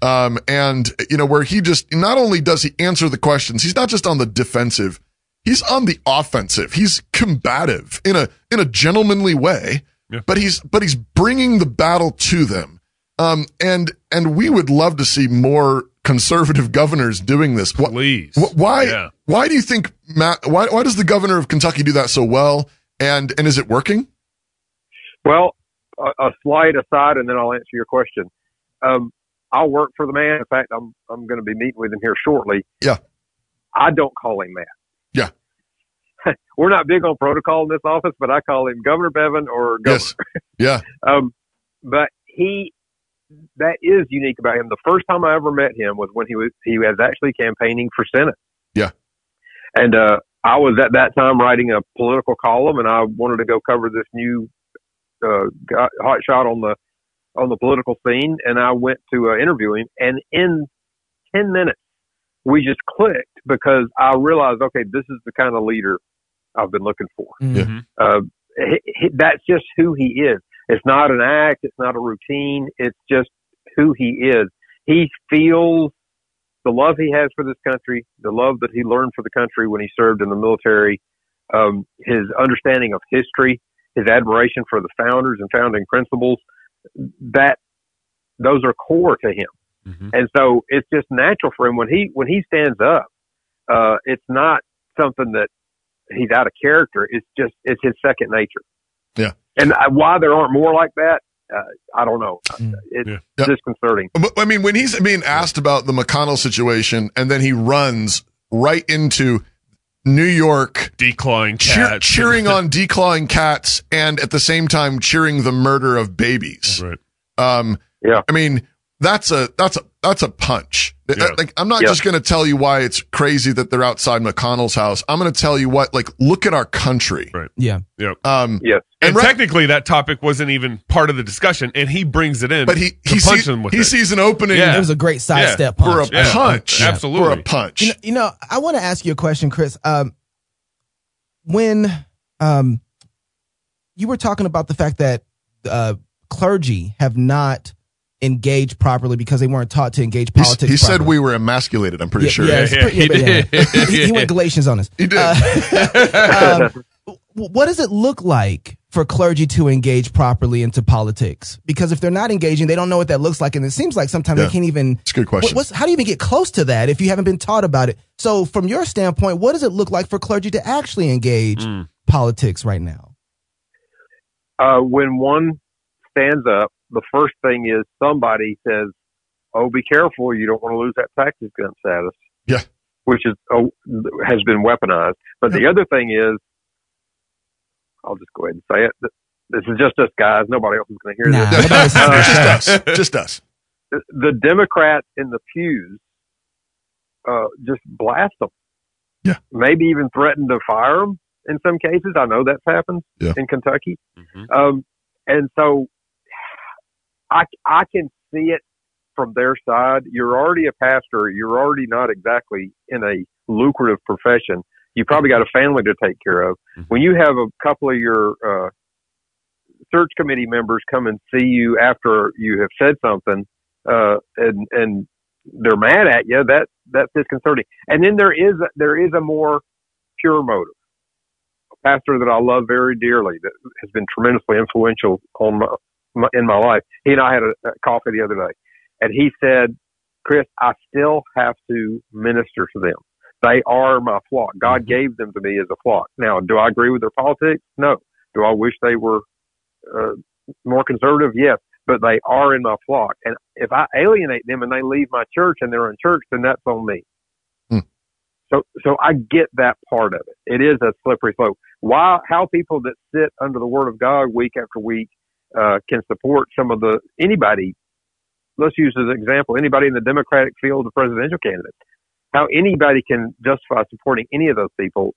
S3: Um, and you know where he just not only does he answer the questions, he's not just on the defensive, he's on the offensive. He's combative in a in a gentlemanly way,
S1: Yeah.
S3: but he's but he's bringing the battle to them. Um, and and we would love to see more conservative governors doing this. What,
S1: Please.
S3: Wh- Why?
S1: Yeah.
S3: Why do you think Matt? Why? Why does the governor of Kentucky do that so well? And and is it working?
S9: Well, a, a slight aside, and then I'll answer your question. Um, I'll work for the man. In fact, I'm I'm going to be meeting with him here shortly.
S3: Yeah.
S9: I don't call him Matt.
S3: Yeah.
S9: We're not big on protocol in this office, but I call him Governor Bevin or Governor.
S3: Yes. Yeah.
S9: Um, but he, that is unique about him. The first time I ever met him was when he was he was actually campaigning for Senate.
S3: Yeah.
S9: And uh, I was at that time writing a political column, and I wanted to go cover this new uh, got, hot shot on the on the political scene. And I went to uh, interview him, and in ten minutes, we just clicked because I realized, okay, this is the kind of leader I've been looking for
S2: Mm.
S3: Yeah.
S9: uh, he, he- that's just who he is. It's not an act. It's not a routine. It's just who he is. He feels the love he has for this country, the love that he learned for the country when he served in the military, um, his understanding of history, his admiration for the founders and founding principles. That those are core to him
S1: Mhm.
S9: and so it's just natural for him when he when he stands up uh it's not something that he's out of character it's just it's his second nature
S3: Yeah.
S9: and I, why there aren't more like that uh, i don't know
S2: Mm.
S9: it's
S1: Yeah.
S3: Yeah.
S9: disconcerting
S3: But, I mean, when he's being asked about the McConnell situation, and then he runs right into New York.
S1: Declawing
S3: Cheer,
S1: cats.
S3: cheering on declawing cats and at the same time cheering the murder of babies.
S1: Right.
S3: Um,
S9: Yeah.
S3: I mean, that's a that's a that's a punch. Th-
S1: Yeah.
S3: Like, I'm not
S9: Yeah.
S3: just going to tell you why it's crazy that they're outside McConnell's house. I'm going to tell you what. Like, look at our country.
S1: Right.
S2: Yeah.
S3: Um,
S9: yes
S1: And,
S3: And right-
S1: technically, that topic wasn't even part of the discussion, and he brings it in.
S3: but he
S1: to
S3: he,
S1: punch
S3: sees
S1: them with
S3: he
S1: it.
S3: sees an opening
S1: Yeah.
S2: It was a great sidestep
S3: for a
S2: punch.
S1: Yeah.
S3: punch.
S1: Yeah.
S3: For
S1: Absolutely.
S3: a punch.
S2: You know, you know, I want to ask you a question, Chris. Um, when um, you were talking about the fact that uh, clergy have not engaged properly because they weren't taught to engage
S3: He's-
S2: politics.
S3: he said
S2: properly.
S3: we were emasculated. I'm pretty
S2: Yeah,
S3: sure.
S2: yeah, it's
S1: Yeah,
S2: pretty-
S1: he
S2: yeah,
S1: did.
S2: yeah. He- he went Galatians on us.
S3: He did.
S2: Uh, um, w- what does it look like for clergy to engage properly into politics? Because if they're not engaging, they don't know what that looks like, and it seems like sometimes
S3: Yeah.
S2: they can't even
S3: It's a good question.
S2: what- what's, how do you even get close to that if you haven't been taught about it? So, from your standpoint, Mm. what does it look like for clergy to actually engage
S1: Mm.
S2: politics right now?
S9: uh, when one stands up, the first thing is somebody says, "Oh, be careful! You don't want to lose that tax exempt status."
S3: Yeah.
S9: which is oh, has been weaponized. But the other thing is, I'll just go ahead and say it. Th- This is just us guys. Nobody else is going to hear
S2: Nah,
S9: this.
S2: nobody's
S3: Uh,
S2: listening to that.
S3: just us. Just us.
S9: The- The Democrats in the pews uh, just blast them.
S3: Yeah.
S9: maybe even threaten to fire them in some cases. I know that's happened
S3: Yeah.
S9: in Kentucky. Um, and so I, I can see it from their side. You're already a pastor. You're already not exactly in a lucrative profession. You probably got a family to take care of.
S1: Mhm.
S9: When you have a couple of your, uh, search committee members come and see you after you have said something, uh, and, and they're mad at you, that, that's disconcerting. And then there is, there is a more pure motive pastor that I love very dearly that has been tremendously influential on my, my in my life. He and I had a, a coffee the other day, and he said, "Chris, I still have to minister to them. They are my flock. God gave them to me as a flock. Now, do I agree with their politics? No. Do I wish they were uh, more conservative? Yes." But they are in my flock, and if I alienate them and they leave my church and they're in church, then that's on me.
S3: Hmm.
S9: So, so I get that part of it. It is a slippery slope why how people that sit under the word of God week after week uh, can support some of the anybody. Let's use as an example anybody in the Democratic field, the presidential candidate. How anybody can justify supporting any of those people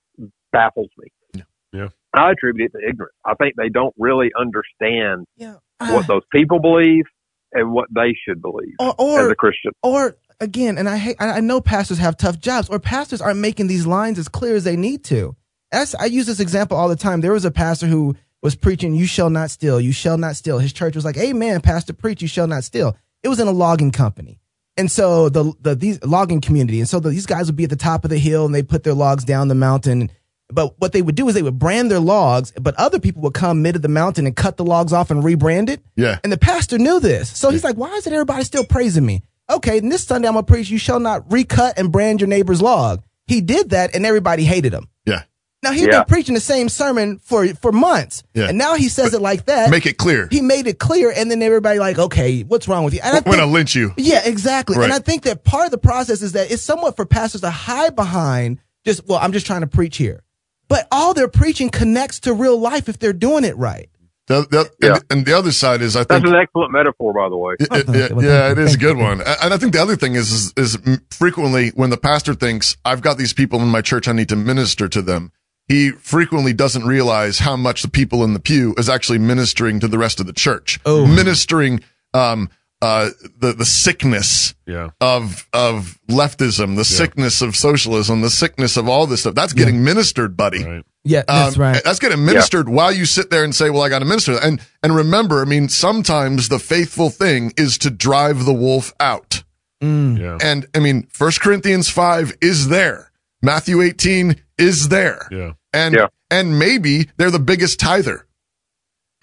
S9: baffles me.
S1: Yeah.
S9: I attribute it to ignorance. I think they don't really understand
S2: Yeah.
S9: what those people believe and what they should believe
S2: uh, or,
S9: as
S2: or
S9: a Christian.
S2: or again, and I hate, I I know pastors have tough jobs, or pastors aren't making these lines as clear as they need to. That's, I use this example all the time. There was a pastor who was preaching, "You shall not steal, you shall not steal." His church was like, "Amen, pastor, preach, you shall not steal." It was in a logging company, and so the the these logging community, and so the, these guys would be at the top of the hill and they put their logs down the mountain. But what they would do is they would brand their logs, but other people would come mid of the mountain and cut the logs off and rebrand it.
S3: Yeah.
S2: And the pastor knew this. So he's like, why is it everybody still praising me? Okay, and this Sunday I'm going to preach, you shall not recut and brand your neighbor's log. He did that and everybody hated him.
S3: Yeah.
S2: Now he'd
S9: Yeah.
S2: been preaching the same sermon for, for months.
S3: Yeah.
S2: And now he says it like that.
S3: Make it clear.
S2: he made it clear and then everybody like, okay, what's wrong with you? And I
S3: We're going to
S2: think-
S3: lynch you.
S2: yeah, exactly.
S3: Right.
S2: And I think that part of the process is that it's somewhat for pastors to hide behind just, well, I'm just trying to preach here. But all their preaching connects to real life if they're doing it right.
S3: The- the-
S9: Yeah.
S3: and, and the other side is, I think,
S9: That's an excellent metaphor, by the way.
S3: Yeah,
S2: Oh,
S3: yeah,
S2: thank you. Well,
S3: yeah,
S2: thank
S3: it
S2: you.
S3: is a
S2: Thank
S3: good
S2: you.
S3: one. And I think the other thing is, is, is frequently when the pastor thinks I've got these people in my church, I need to minister to them. He frequently doesn't realize how much the people in the pew is actually ministering to the rest of the church,
S2: Oh.
S3: ministering, um, uh, the, the sickness
S1: Yeah.
S3: of, of leftism, the sickness of socialism, the sickness of all this stuff. That's getting ministered, buddy.
S1: Right.
S2: Yeah, that's
S3: Um,
S2: right.
S3: That's getting ministered while you sit there and say, "Well, I got to minister." And and remember, I mean, sometimes the faithful thing is to drive the wolf out.
S2: Hmm.
S1: Yeah.
S3: And I mean, First Corinthians five is there, Matthew eighteen is there,
S1: Yeah.
S3: and
S9: Yeah.
S3: and maybe they're the biggest tither,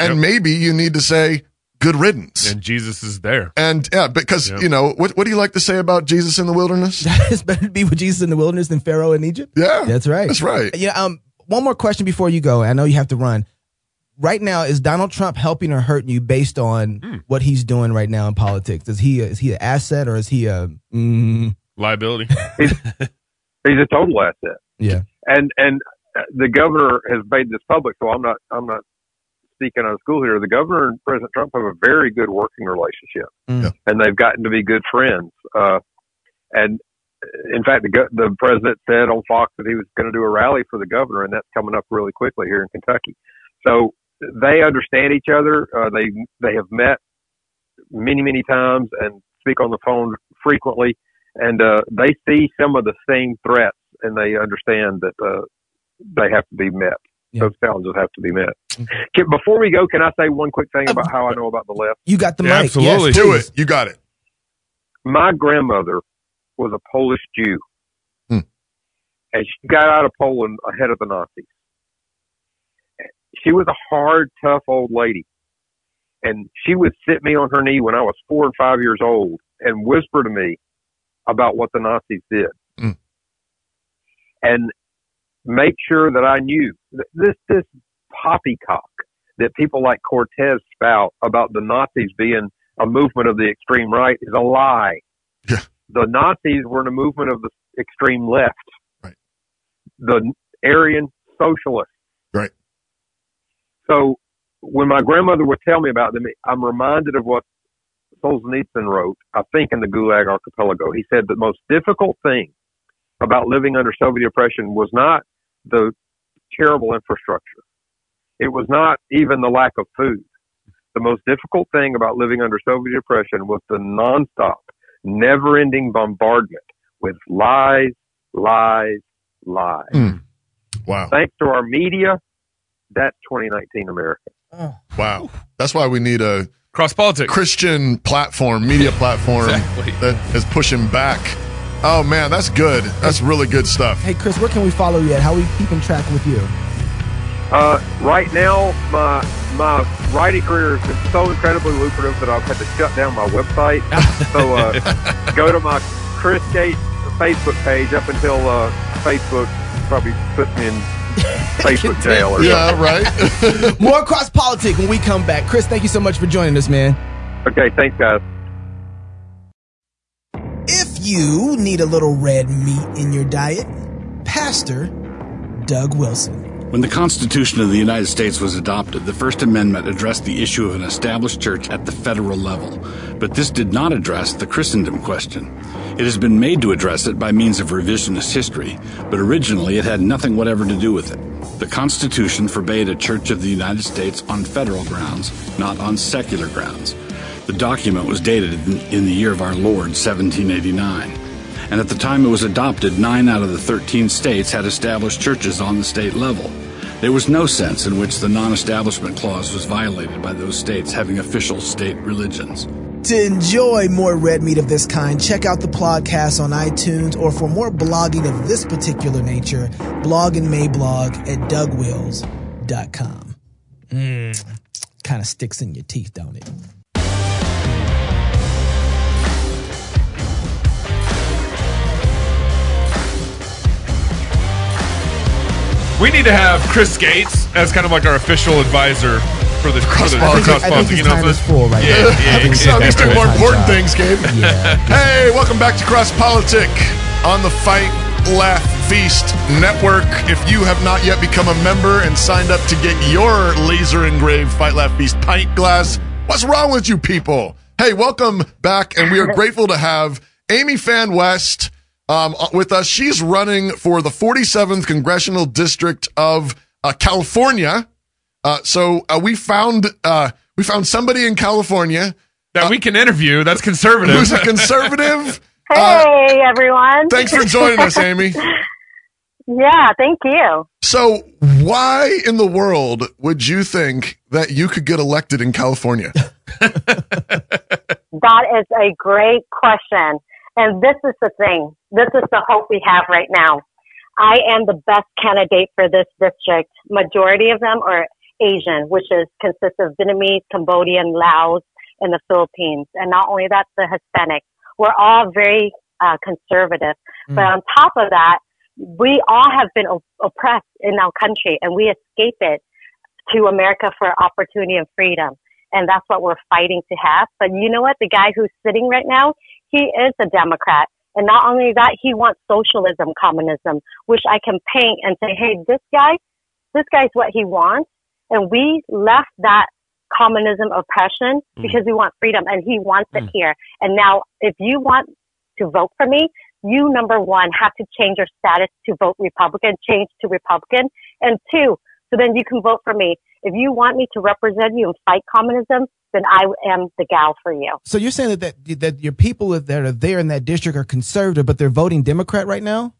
S3: and
S1: Yep.
S3: maybe you need to say, "Good riddance." And-
S1: And Jesus is there.
S3: yeah, because
S1: Yep.
S3: you know what? What do you like to say about Jesus in the wilderness?
S2: it's better to be with Jesus in the wilderness than Pharaoh in Egypt.
S3: Yeah,
S2: That's right.
S3: that's right.
S2: Yeah. Um. One more question before you go. I know you have to run. Right now, is Donald Trump helping or hurting you based on what he's doing right now in politics? Is he is he an asset or is he a? Mm,
S1: Liability.
S9: He's a total asset.
S2: Yeah.
S9: And and uh, the governor has made this public, so I'm not I'm not speaking out of school here. The governor and President Trump have a very good working relationship,
S2: Mm.
S3: Yeah.
S9: and they've gotten to be good friends. Uh, and uh, in fact, the go- the president said on Fox that he was going to do a rally for the governor, and that's coming up really quickly here in Kentucky. So they understand each other. Uh, they they have met many many times and speak on the phone frequently, and uh, they see some of the same threats, and they understand that uh, they have to be met.
S2: Yeah.
S9: Those challenges have to be met. Can, before we go, can I say one quick thing about how I know about the left?
S2: you got the
S1: Yeah,
S2: mic.
S1: absolutely.
S2: Yes,
S3: Do
S2: please.
S3: it. You got it.
S9: My grandmother was a Polish Jew,
S3: Hmm.
S9: and she got out of Poland ahead of the Nazis. She was a hard, tough old lady, and she would sit me on her knee when I was four and five years old and whisper to me about what the Nazis did,
S3: Hmm.
S9: and make sure that I knew th- this this poppycock that people like Cortez spout about the Nazis being a movement of the extreme right is a lie.
S3: Yeah.
S9: The Nazis were in a movement of the extreme left.
S3: Right.
S9: The Aryan socialists.
S3: Right.
S9: So when my grandmother would tell me about them, I'm reminded of what Solzhenitsyn wrote, I think in the Gulag Archipelago. He said the most difficult thing about living under Soviet oppression was not the terrible infrastructure. It was not even the lack of food. The most difficult thing about living under Soviet oppression was the nonstop, never ending bombardment with lies, lies, lies.
S3: Wow.
S9: Thanks to our media, that's 2019 America.
S3: Wow. That's why we need a
S1: Cross politics.
S3: Christian platform, media platform
S1: Exactly.
S3: that is pushing back. Oh man, that's good. That's really good stuff.
S2: Hey, Chris, where can we follow you at? How we keeping track with you?
S9: Uh, right now, my my writing career has been so incredibly lucrative that I've had to shut down my website. so uh, go to my Chris Gate Facebook page up until uh, Facebook probably puts me in Facebook jail or something.
S3: Yeah, right.
S2: More cross politic when we come back. Chris, thank you so much for joining us, man.
S9: Okay, thanks, guys.
S10: If you need a little red meat in your diet, Pastor Doug Wilson.
S11: When the Constitution of the United States was adopted, the First Amendment addressed the issue of an established church at the federal level, but this did not address the Christendom question. It has been made to address it by means of revisionist history, but originally it had nothing whatever to do with it. The Constitution forbade a Church of the United States on federal grounds, not on secular grounds. The document was dated in, in the year of our Lord, 1789 and at the time it was adopted, nine out of the 13 states had established churches on the state level. There was no sense in which the non establishment clause was violated by those states having official state religions.
S10: To enjoy more red meat of this kind, check out the podcast on iTunes or for more blogging of this particular nature, blog and may blog at dougwills.com. Mm, kind of sticks in your teeth, don't it?
S1: We need to have Chris Gates as kind of like our official advisor for the cross
S3: Cross-politics.
S2: I think his time is full right
S1: yeah,
S2: now.
S1: yeah,
S2: I
S1: yeah,
S2: think so.
S3: At least
S1: exactly.
S3: there are more
S2: Time
S3: important
S2: job.
S3: things, Gabe.
S2: uh, Yeah.
S3: Hey, welcome back to Cross Politic on the Fight Laugh Feast Network. If you have not yet become a member and signed up to get your laser engraved Fight Laugh Feast pint glass, what's wrong with you people? Hey, welcome back, and we are grateful to have Amy Fan West um, with us. She's running for the 47th Congressional District of uh, California. Uh, so uh, we found uh, we found somebody in California
S1: That we can interview. That's conservative.
S3: who's a conservative. Uh,
S12: Hey everyone.
S3: thanks for joining us, Amy.
S12: Yeah, thank you.
S3: So, why in the world would you think that you could get elected in California?
S12: That is a great question. And this is the thing. This is the hope we have right now. I am the best candidate for this district. Majority of them are Asian, which is consists of Vietnamese, Cambodian, Laos, and the Philippines. And not only that, the Hispanic. We're all very uh, conservative. But on top of that, we all have been op- oppressed in our country and we escape it to America for opportunity and freedom. And that's what we're fighting to have. But you know what? The guy who's sitting right now, he is a Democrat. And not only that, he wants socialism, communism, which I can paint and say, hey, this guy, this guy's what he wants. And we left that communism oppression because we want freedom and he wants it here. And now if you want to vote for me, you number one have to change your status to vote Republican, change to Republican. And two, so then you can vote for me. If you want me to represent you and fight communism, then I am the gal for you.
S2: So you're saying that, that that your people that are there in that district are conservative, but they're voting Democrat right now?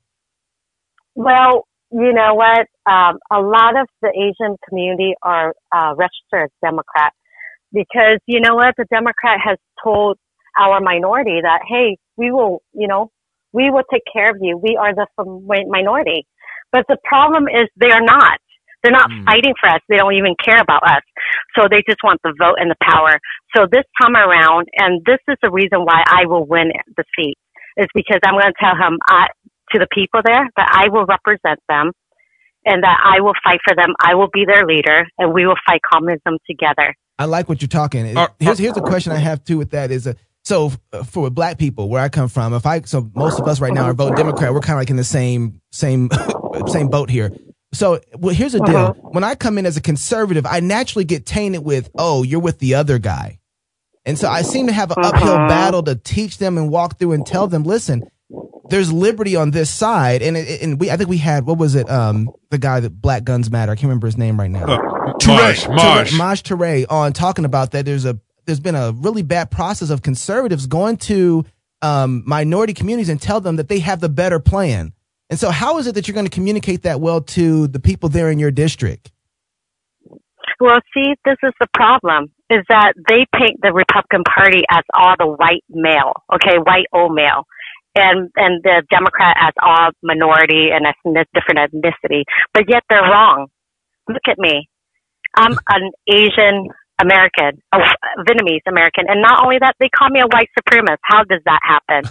S12: Well, you know what? Um, a lot of the Asian community are uh, registered as Democrat because you know what? The Democrat has told our minority that, hey, we will, you know, we will take care of you. We are the fam- minority. But the problem is they are not. They're not fighting for us. They don't even care about us. So they just want the vote and the power. So this time around, and this is the reason why I will win the seat, is because I'm going to tell him I, to the people there that I will represent them and that I will fight for them. I will be their leader and we will fight communism together.
S2: I like what you're talking. It- here's here's a question I have too with that is uh so uh, for black people where I come from, if I so most of us right now are vote Democrat, we're kind of like in the same same same boat here. So well, here's the deal: when I come in as a conservative, I naturally get tainted with oh you're with the other guy, and so I seem to have an uphill battle to teach them and walk through and tell them listen. There's liberty on this side, and it, and we I think we had what was it um the guy that Black Guns Matter I can't remember his name right now
S1: Mosh, Mosh.
S2: Maj Ture on talking about that there's a there's been a really bad process of conservatives going to um, minority communities and tell them that they have the better plan. And so how is it that you're going to communicate that well to the people there in your district?
S12: Well, see, this is the problem is that they paint the Republican Party as all the white male, okay, white old male, and and the Democrat as all minority and ethnic, different ethnicity. But yet they're wrong. Look at me. I'm an Asian American, a Vietnamese American, and not only that, they call me a white supremacist. How does that happen?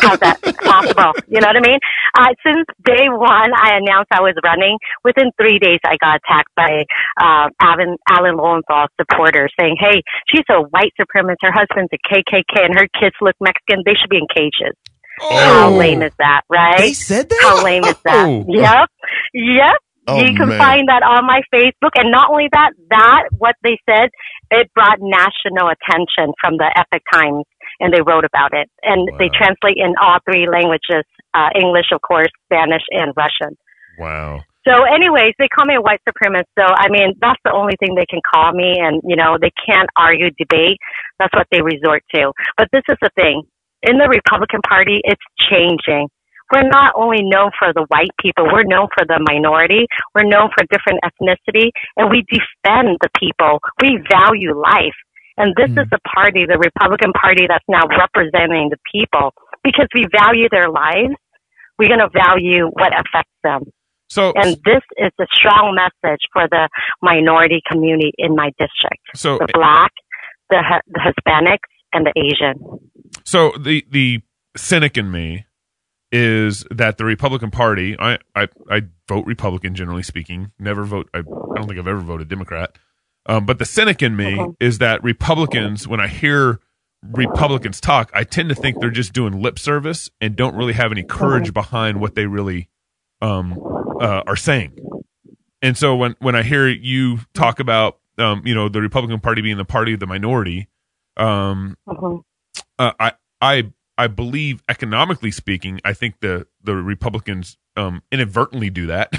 S12: How's that possible? You know what I mean? Uh, since day one, I announced I was running. Within three days, I got attacked by uh, Alan, Alan Lowenthal's supporters saying, "Hey, she's a white supremacist. Her husband's a KKK, and her kids look Mexican. They should be in cages." How
S13: Oh.
S12: lame is that, right?
S13: They said that?
S12: How lame is that?
S13: Oh.
S12: Yep, yep.
S13: Oh,
S12: you can
S13: man.
S12: find that on my Facebook. And not only that, that what they said, it brought national attention from the Epic Times, and they wrote about it. And they translate in all three languages: uh, English, of course, Spanish, and Russian.
S1: Wow.
S12: So, anyways, they call me a white supremacist. So, I mean, that's the only thing they can call me, and you know, they can't argue, debate. That's what they resort to. But this is the thing: in the Republican Party, it's changing. We're not only known for the white people; we're known for the minority. We're known for different ethnicity, and we defend the people. We value life, and this is the party, the Republican Party, that's now representing the people because we value their lives. We're going to value what affects them.
S1: So,
S12: and this is a strong message for the minority community in my district.
S1: So-
S12: the black, the, hi- the Hispanics, and the Asian.
S1: So the the cynic in me is that the Republican Party. I I, I vote Republican generally speaking. Never vote. I, I don't think I've ever voted Democrat. Um, but the cynic in me is that Republicans, when I hear Republicans talk, I tend to think they're just doing lip service and don't really have any courage behind what they really um, uh, are saying. And so when when I hear you talk about um, you know the Republican Party being the party of the minority, um, uh, I I I believe economically speaking, I think the the Republicans um, inadvertently do that.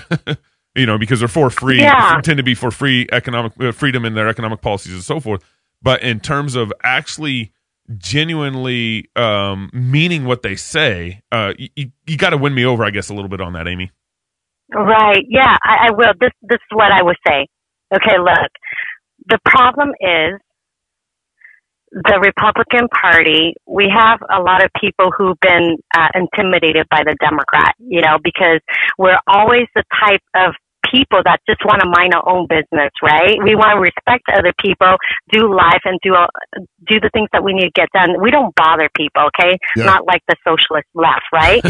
S1: you know, because they're for free,
S13: Yeah.
S1: tend to be for free economic uh, freedom in their economic policies and so forth. But in terms of actually genuinely um, meaning what they say, uh, you, you, you got to win me over, I guess, a little bit on that, Amy.
S12: Right. Yeah, I, I will. This this is what I would say. Okay, look. The problem is the Republican Party. We have a lot of people who've been uh, intimidated by the Democrat. You know, because we're always the type of people that just want to mind our own business, right? We want to respect other people, do life, and do all- do the things that we need to get done. We don't bother people, okay?
S13: Yeah.
S12: Not like the socialist left, right?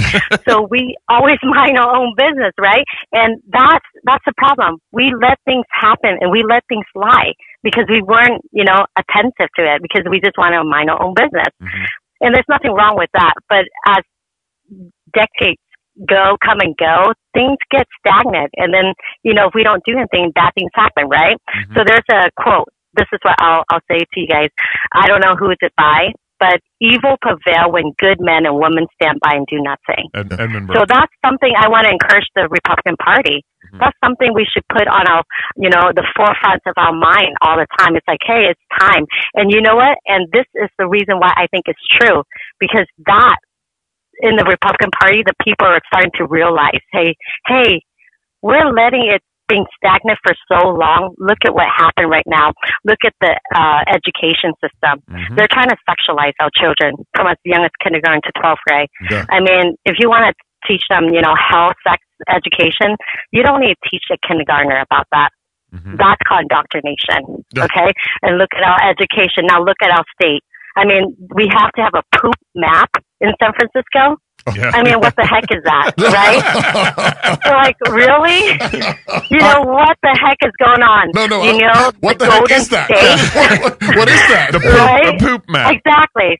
S12: so we always mind our own business, right? And that's that's the problem. We let things happen and we let things lie because we weren't, you know, attentive to it because we just want to mind our own business. And there's nothing wrong with that, but as decades go, come and go, things get stagnant. And then, you know, if we don't do anything, bad things happen, right? So there's a quote. This is what I'll, I'll say to you guys. I don't know who it's by, but evil prevail when good men and women stand by and do nothing.
S1: Ed, Edmund
S12: So
S1: Burke.
S12: that's something I want to encourage the Republican Party. That's something we should put on our, you know, the forefront of our mind all the time. It's like, hey, it's time. And you know what? And this is the reason why I think it's true because that in the Republican Party, the people are starting to realize, hey, hey, we're letting it being stagnant for so long. Look at what happened right now. Look at the uh, education system.
S1: Mm-hmm.
S3: Mm-hmm.
S12: They're trying to sexualize our children from as young as kindergarten to 12th grade.
S13: Yeah.
S12: I mean, if you want to teach them, you know, health, sex, education, you don't need to teach a kindergartner about that.
S3: Mm-hmm.
S12: That's called indoctrination. Okay? And look at our education. Now look at our state. I mean, we have to have a poop map in San Francisco. I mean, what the heck is that, right? You're like, really? You know what the heck is going on?
S3: No, no,
S12: You
S3: uh,
S12: know
S3: what
S12: the,
S3: the heck
S12: Golden
S3: is that?
S12: State?
S3: what is that?
S1: The poop,
S12: right?
S1: the poop map.
S12: Exactly.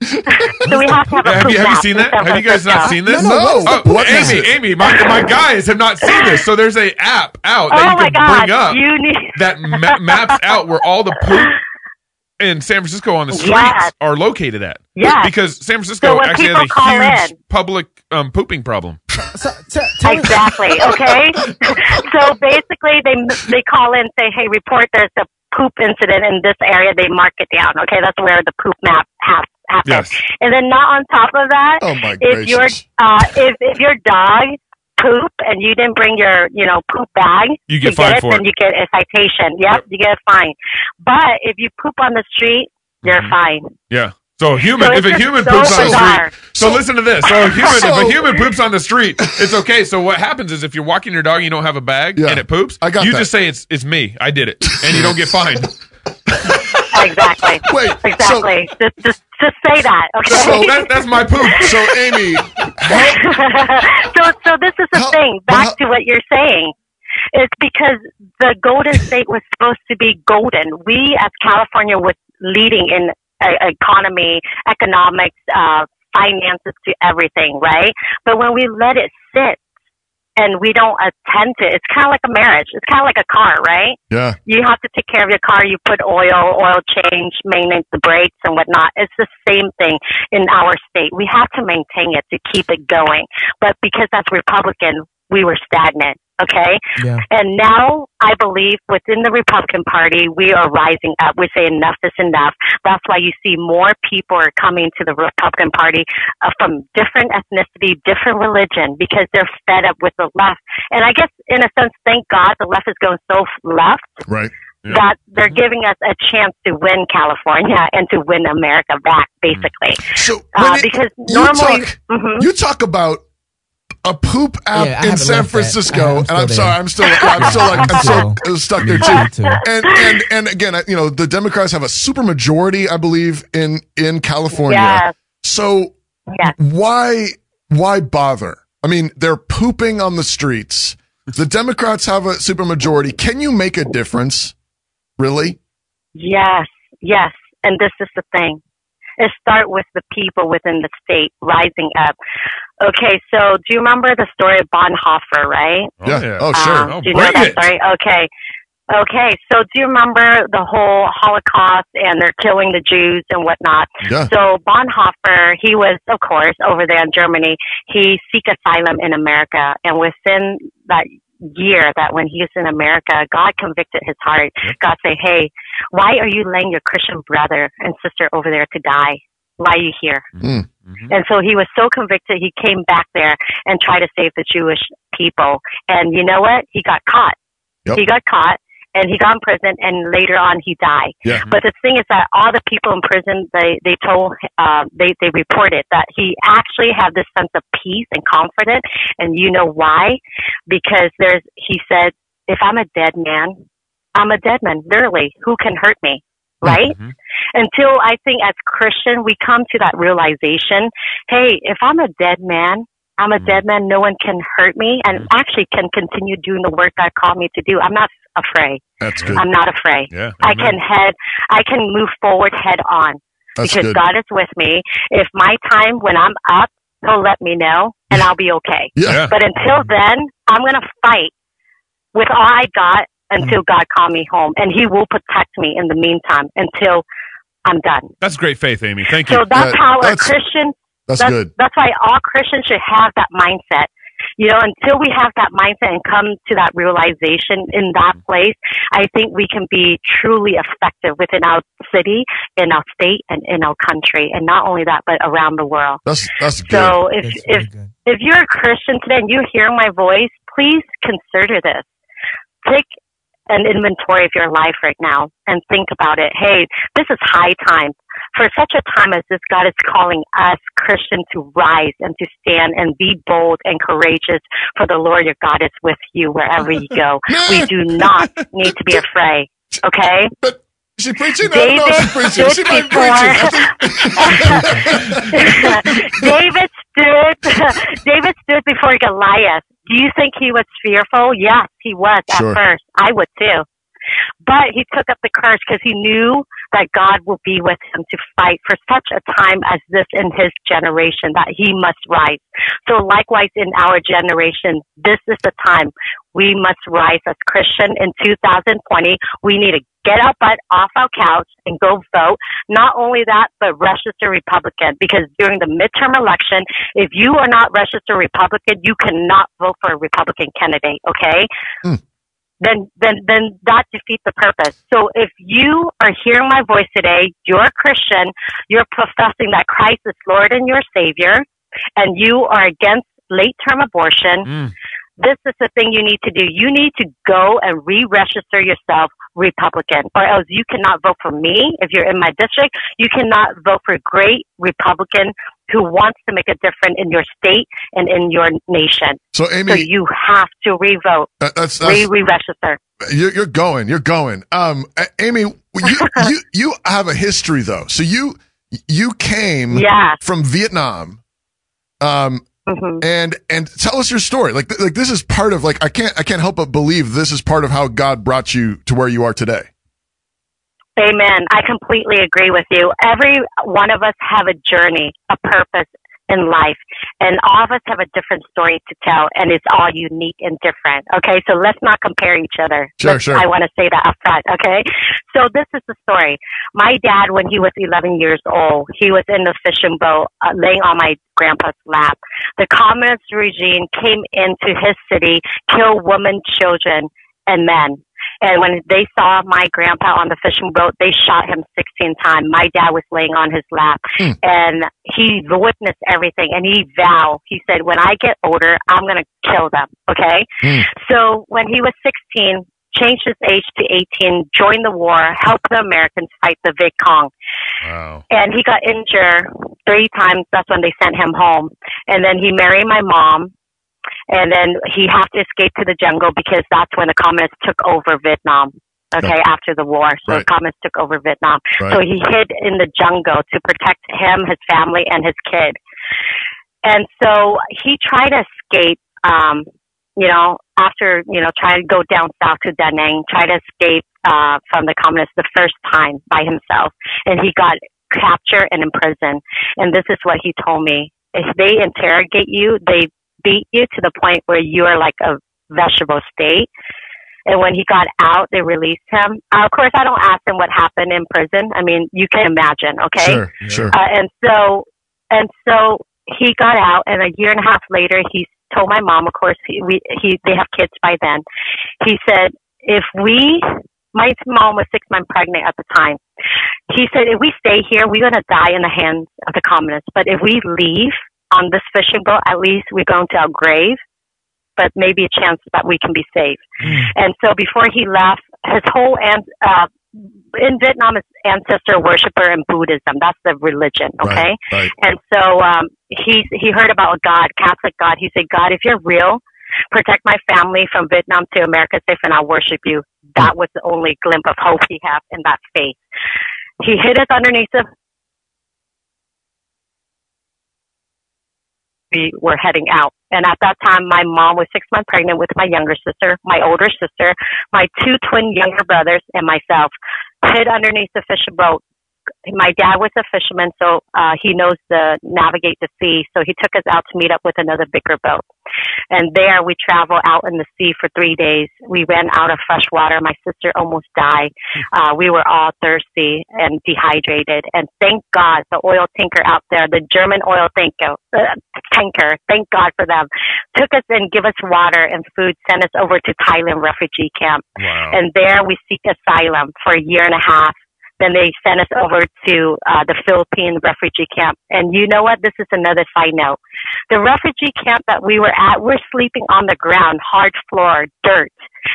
S12: so we have to have a
S1: Have
S12: poop
S1: you, have you
S12: map
S1: seen
S12: in
S1: that?
S12: San
S1: Have you guys not
S12: Francisco.
S1: seen this?
S12: Oh,
S1: Oh,
S3: what is
S1: Amy,
S3: it?
S1: Amy, my, my guys have not seen this. So there's a app out that
S12: Oh
S1: you
S12: my
S1: can bring
S12: God,
S1: up
S12: you need-
S1: that ma- maps out where all the poop in San Francisco on the streets
S12: Yes.
S1: are located at.
S12: Yes.
S1: Because San
S12: So
S1: Francisco
S12: when
S1: actually
S12: people
S1: has a
S12: call
S1: huge
S12: in-
S1: public um, pooping problem.
S12: exactly. Okay. so basically, they they call in say, "Hey, report there's a poop incident in this area." They mark it down. Okay, that's where the poop map has happens.
S13: Yes.
S12: And then not on top of that,
S13: Oh, my
S12: if your
S13: gracious.
S12: uh, if if your dog poop and you didn't bring your you know poop bag,
S13: You get
S12: to
S13: fined
S12: it,
S13: for
S12: then
S13: it.
S12: you get a citation. Yep, you get a fine. But if you poop on the street, you're
S1: Mm-hmm.
S12: fine.
S1: Yeah. So a human,
S12: So
S1: if a
S12: it's
S1: human
S12: just
S1: poops
S12: so
S1: on the
S12: bizarre.
S1: street, so, listen to this. So a human, if
S12: So-
S1: a human poops on the street, it's okay. So what happens is if you're walking your dog, and you don't have a bag, and it poops. I
S3: got
S1: you
S3: that.
S1: just say it's it's me. I did it, and you don't get fined.
S12: Exactly.
S3: Wait.
S12: Exactly. just, just just say that. Okay.
S1: So that, that's my poop.
S3: So Amy,
S12: so, so this is the thing. Back to what you're saying. It's because the Golden State was supposed to be golden. We, as California, was leading in uh, economy, economics, uh, finances to everything, right? But when we let it sit and we don't attend to it, it's kind of like a marriage. It's kind of like a car, right?
S3: yeah.
S12: you have to take care of your car. You put oil, oil change, maintenance, the brakes, and whatnot. It's the same thing in our state. We have to maintain it to keep it going. But because that's Republican, we were stagnant. Okay.
S13: Yeah.
S12: And now I believe within the Republican Party, we are rising up. We say enough is enough. That's why you see more people are coming to the Republican Party uh, from different ethnicity, different religion, because they're fed up with the left. And I guess in a sense, thank God the left is going so f- left
S3: Right.
S12: that they're giving us a chance to win California and to win America back, basically. Mm-hmm.
S3: So
S12: uh,
S3: when it-
S12: because
S3: you
S12: normally,
S3: talk- you talk about a poop app
S12: Yeah, I
S3: in
S12: haven't
S3: San
S12: left that.
S3: Francisco,
S12: I- I'm
S3: and I'm
S12: still
S3: sorry,
S12: there.
S3: I'm still, I'm still like, I'm still uh, stuck there
S12: Me
S3: too. And and and again, I- you know, the Democrats have a super majority, I believe, in in California.
S13: Yes.
S3: So why why bother? I mean, they're pooping on the streets. The Democrats have a super majority. Can you make a difference? Really?
S12: yes, yes. And this is the thing. It start with the people within the state rising up. Okay, so do you remember the story of Bonhoeffer, right?
S3: yeah. Oh, sure.
S12: do Um, you know that story? Okay. Okay, so do you remember the whole Holocaust and they're killing the Jews and whatnot?
S13: Yeah.
S12: So Bonhoeffer, he was, of course, over there in Germany. He seek asylum in America, and within that year, that when he was in America, God convicted his heart. God say, "Hey, why are you laying your Christian brother and sister over there to die? Why are you here?"
S3: Hmm.
S12: And so he was so convicted, he came back there and tried to save the Jewish people. And you know what? He got caught.
S13: Yep.
S12: He got caught and he got in prison and later on he died.
S13: Yeah.
S12: But the thing is that all the people in prison, they, they told, uh, they, they reported that he actually had this sense of peace and confidence. And you know why? Because there's, he said, if I'm a dead man, I'm a dead man, literally. Who can hurt me? Right? until I think as Christian we come to that realization, hey, if I'm a dead man, I'm
S13: Mm-hmm.
S12: a dead man, no one can hurt me and actually can continue doing the work God called me to do. I'm not afraid.
S3: That's
S13: good.
S12: I'm not afraid.
S13: Yeah,
S12: I
S13: amen.
S12: can head I can move forward head on.
S13: That's
S12: because
S13: good.
S12: God is with me. If my time when I'm up, he'll let me know and I'll be okay.
S13: Yeah. Mm-hmm.
S12: But until then, I'm gonna fight with all I got until
S13: Mm-hmm.
S12: God called me home, and He will protect me in the meantime until I'm done.
S1: That's great faith, Amy. Thank you.
S12: So that's how a Christian.
S1: that's good.
S12: That's why all Christians should have that mindset. You know, until we have that mindset and come to that realization in that
S3: Mm-hmm.
S12: place, I think we can be truly effective within our city, in our state, and in our country, and not only that, but around the world.
S3: That's that's good.
S12: So if if if you're a Christian today and you hear my voice, please consider this. Take an inventory of your life right now and think about it. Hey, this is high time. For such a time as this, God is calling us Christian to rise and to stand and be bold and courageous for the Lord your God is with you wherever you go. we do not need to be afraid. Okay?
S3: But she preaching?
S13: I don't know if
S12: David
S13: she preaching. She
S12: stood
S13: might be
S12: before- David stood, David stood before Goliath. Do you think he was fearful? Yes, he was at
S13: Sure.
S12: first. I would too. But he took up the courage because he knew that God will be with him to fight for such a time as this in his generation that he must rise. So likewise in our generation, this is the time we must rise as Christian in 2020. We need to get our butt off our couch and go vote. Not only that, but register Republican because during the midterm election, if you are not registered Republican, you cannot vote for a Republican candidate. Okay then then then that defeats the purpose. So if you are hearing my voice today, you're a Christian, you're professing that Christ is Lord and your Savior, and you are against late term abortion, this is the thing you need to do. You need to go and re register yourself Republican, or else you cannot vote for me if you're in my district. You cannot vote for great Republican who wants to make a difference in your state and in your nation.
S3: So, Amy-
S12: so you have to re vote,
S3: That- that's-
S12: re
S3: that's-
S12: register.
S3: You're, you're going. You're going. Um, A- Amy, you, you you have a history though. So you you came from Vietnam. Um,
S12: Mm-hmm.
S3: and and tell us your story. Like th- like this is part of like I can't I can't help but believe this is part of how God brought you to where you are today.
S12: Amen. I completely agree with you. Every one of us have a journey, a purpose in life, and all of us have a different story to tell, and it's all unique and different. Okay, so let's not compare each other.
S13: Sure,
S12: Let's-
S13: sure.
S12: I want to say that up front. Okay, so this is the story. My dad, when he was 11 years old, he was in the fishing boat, uh, laying on my grandpa's lap. The communist regime came into his city, killed women, children, and men. And when they saw my grandpa on the fishing boat, they shot him 16 times. My dad was laying on his lap and he witnessed everything and he vowed, he said, when I get older, I'm going to kill them. Okay. So when he was 16, changed his age to 18, joined the war, helped the Americans fight the Viet Cong.
S1: Wow.
S12: And he got injured three times. That's when they sent him home. And then he married my mom. And then he had to escape to the jungle because that's when the communists took over Vietnam. Okay,
S13: Right.
S12: after the war. So the
S13: Right.
S12: communists took over Vietnam.
S13: Right.
S12: So he hid in the jungle to protect him, his family, and his kid. And so he tried to escape, um, you know, after, you know, trying to go down south to Da Nang, try to escape uh, from the communists the first time by himself. And he got captured and imprisoned. And this is what he told me. If they interrogate you, they beat you to the point where you are like a vegetable state. And when he got out, they released him. Uh, of course, I don't ask him what happened in prison. I mean, you can imagine, okay?
S13: Sure, sure.
S12: Uh, and so, and so he got out, and a year and a half later, he told my mom. Of course, he, we he they have kids by then. He said, "If we, my mom was six months pregnant at the time. He said, if we stay here, we're gonna die in the hands of the communists. But if we leave on this fishing boat, at least we're going to our grave." but maybe a chance that we can be saved. And so before he left, his whole an- uh, in Vietnam is ancestor worshiper and Buddhism. That's the religion, okay?
S13: right.
S12: And so um, he he heard about a God, Catholic God. He said, God, if you're real, protect my family from Vietnam to America safe, and I'll worship you. That was the only glimpse of hope he had in that faith. He hid us underneath the we were heading out. And at that time, my mom was six months pregnant with my younger sister, my older sister, my two twin younger brothers, and myself. Hid underneath the fishing boat. My dad was a fisherman, so uh, he knows the navigate the sea. So he took us out to meet up with another bigger boat. And there we traveled out in the sea for three days. We ran out of fresh water. My sister almost died. Uh, we were all thirsty and dehydrated. And thank God the oil tanker out there, the German oil tanker, uh, tanker, thank God for them, took us and give us water and food, sent us over to Thailand refugee camp.
S13: Wow.
S12: And there we seek asylum for a year and a half. Then they sent us over to uh, the Philippine refugee camp. And you know what? This is another side note. The refugee camp that we were at, we're sleeping on the ground, hard floor, dirt.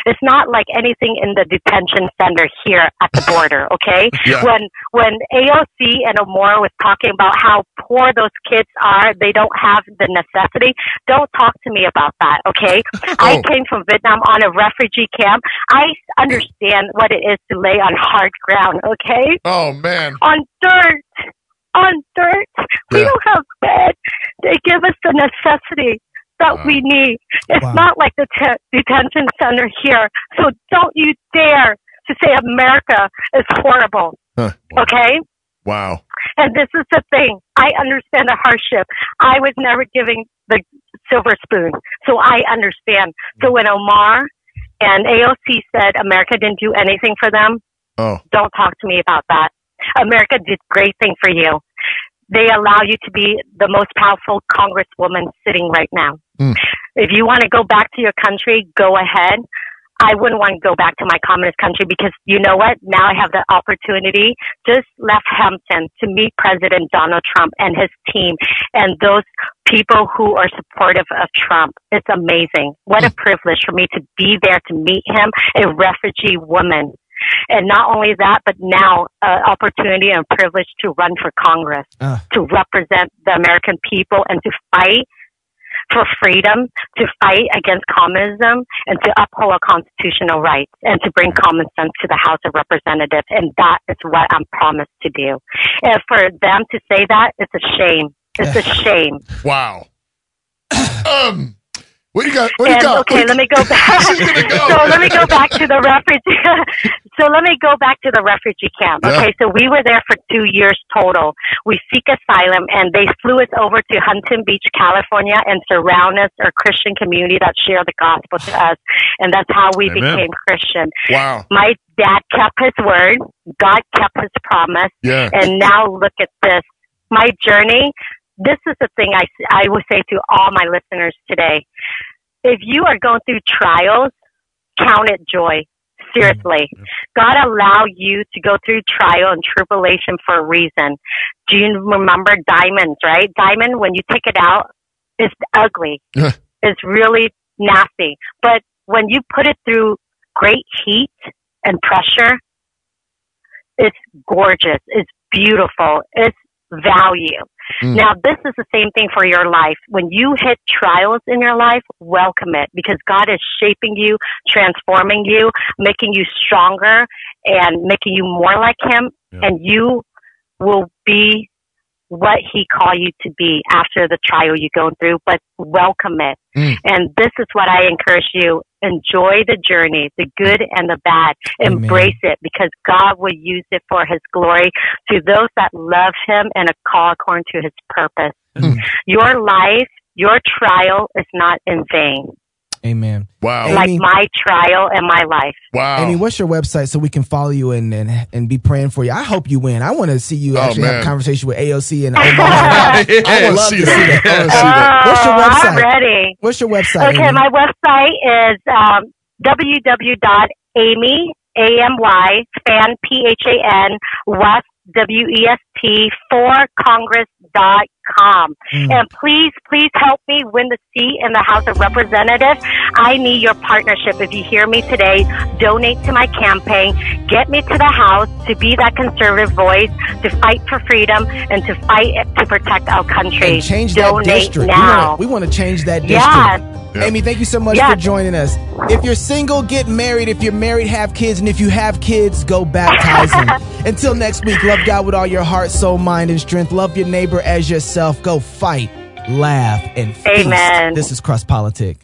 S12: It's not like anything in the detention center here at the border, okay?
S13: Yeah.
S12: When when AOC and Omora was talking about how poor those kids are, they don't have the necessity. Don't talk to me about that, okay?
S13: Oh.
S12: I came from Vietnam on a refugee camp. I understand what it is to lay on hard ground, okay?
S3: Oh man.
S12: On dirt. On dirt. We
S13: Yeah.
S12: don't have bed. They give us necessity that we need. It's not like the te- detention center here. So don't you dare to say America is horrible.
S3: Huh.
S12: Okay?
S3: Wow.
S12: And this is the thing. I understand the hardship. I was never giving the silver spoon. So I understand. So when Omar and AOC said America didn't do anything for them,
S3: Oh.
S12: don't talk to me about that. America did great thing for you. They allow you to be the most powerful congresswoman sitting right now. If you want to go back to your country, go ahead. I wouldn't want to go back to my communist country because you know what? Now I have the opportunity. Just left Hampton to meet President Donald Trump and his team and those people who are supportive of Trump. It's amazing. What a privilege for me to be there to meet him, a refugee woman. And not only that, but now uh, opportunity and privilege to run for Congress, to represent the American people and to fight for freedom, to fight against communism, and to uphold our constitutional rights, and to bring common sense to the House of Representatives. And that is what I'm promised to do. And for them to say that, it's a shame. It's a shame.
S3: Wow. um, what do you got? What do you
S12: And,
S3: got?
S12: Okay, let me go back. so let me go back to the refugee. so let me go back to the refugee camp. Okay, so we were there for two years total. We seek asylum, and they flew us over to Huntington Beach, California, and surround us our Christian community that share the gospel to us, and that's how we
S3: Amen.
S12: became Christian.
S3: Wow.
S12: My dad kept his word. God kept his promise.
S3: Yeah.
S12: And now look at this. My journey. This is the thing I, I would say to all my listeners today. If you are going through trials, count it joy. Seriously. God allow you to go through trial and tribulation for a reason. Do you remember diamonds, right? Diamond, when you take it out, it's ugly. It's really nasty. But when you put it through great heat and pressure, it's gorgeous. It's beautiful. It's value.
S14: Mm.
S12: Now, this is the same thing for your life. When you hit trials in your life, welcome it because God is shaping you, transforming you, making you stronger and making you more like Him. And you will be what He called you to be after the trial you go through, but welcome it. And this is what I encourage you. Enjoy the journey, the good and the bad. Embrace it because God will use it for his glory to those that love him and a call according to his purpose. Your life, your trial is not in vain.
S2: Amen.
S3: Wow.
S12: Like my trial and my life.
S3: Wow.
S2: Amy, what's your website so we can follow you and and, and be praying for you? I hope you win. I want to see you
S3: Oh,
S2: actually have
S3: man.
S2: a conversation with AOC and
S12: um,
S3: I
S2: I would
S3: wanna
S2: love
S3: see
S2: to see
S3: that.
S2: that.
S3: I wanna see
S12: Oh,
S2: What's your website?
S12: I'm ready.
S2: What's your website?
S12: Okay,
S2: Amy?
S12: my website is um, www.amy, A-M-Y, fan, P-H-A-N, west, W-E-S-T, E for congress.com.
S2: Mm.
S12: And please, please help me win the seat in the House of Representatives. I need your partnership. If you hear me today, donate to my campaign. Get me to the House to be that conservative voice, to fight for freedom, and to fight to protect our country.
S2: And change
S12: donate
S2: that district. We
S12: now.
S2: wanna- We want to change that district.
S12: Yes.
S2: Amy, thank you so much
S12: Yes.
S2: for joining us. If you're single, get married. If you're married, have kids. And if you have kids, go baptize them. Until next week, love God with all your heart, soul, mind, and strength. Love your neighbor as yourself. Go fight, laugh, and feast.
S12: Amen.
S2: This is Cross Politic.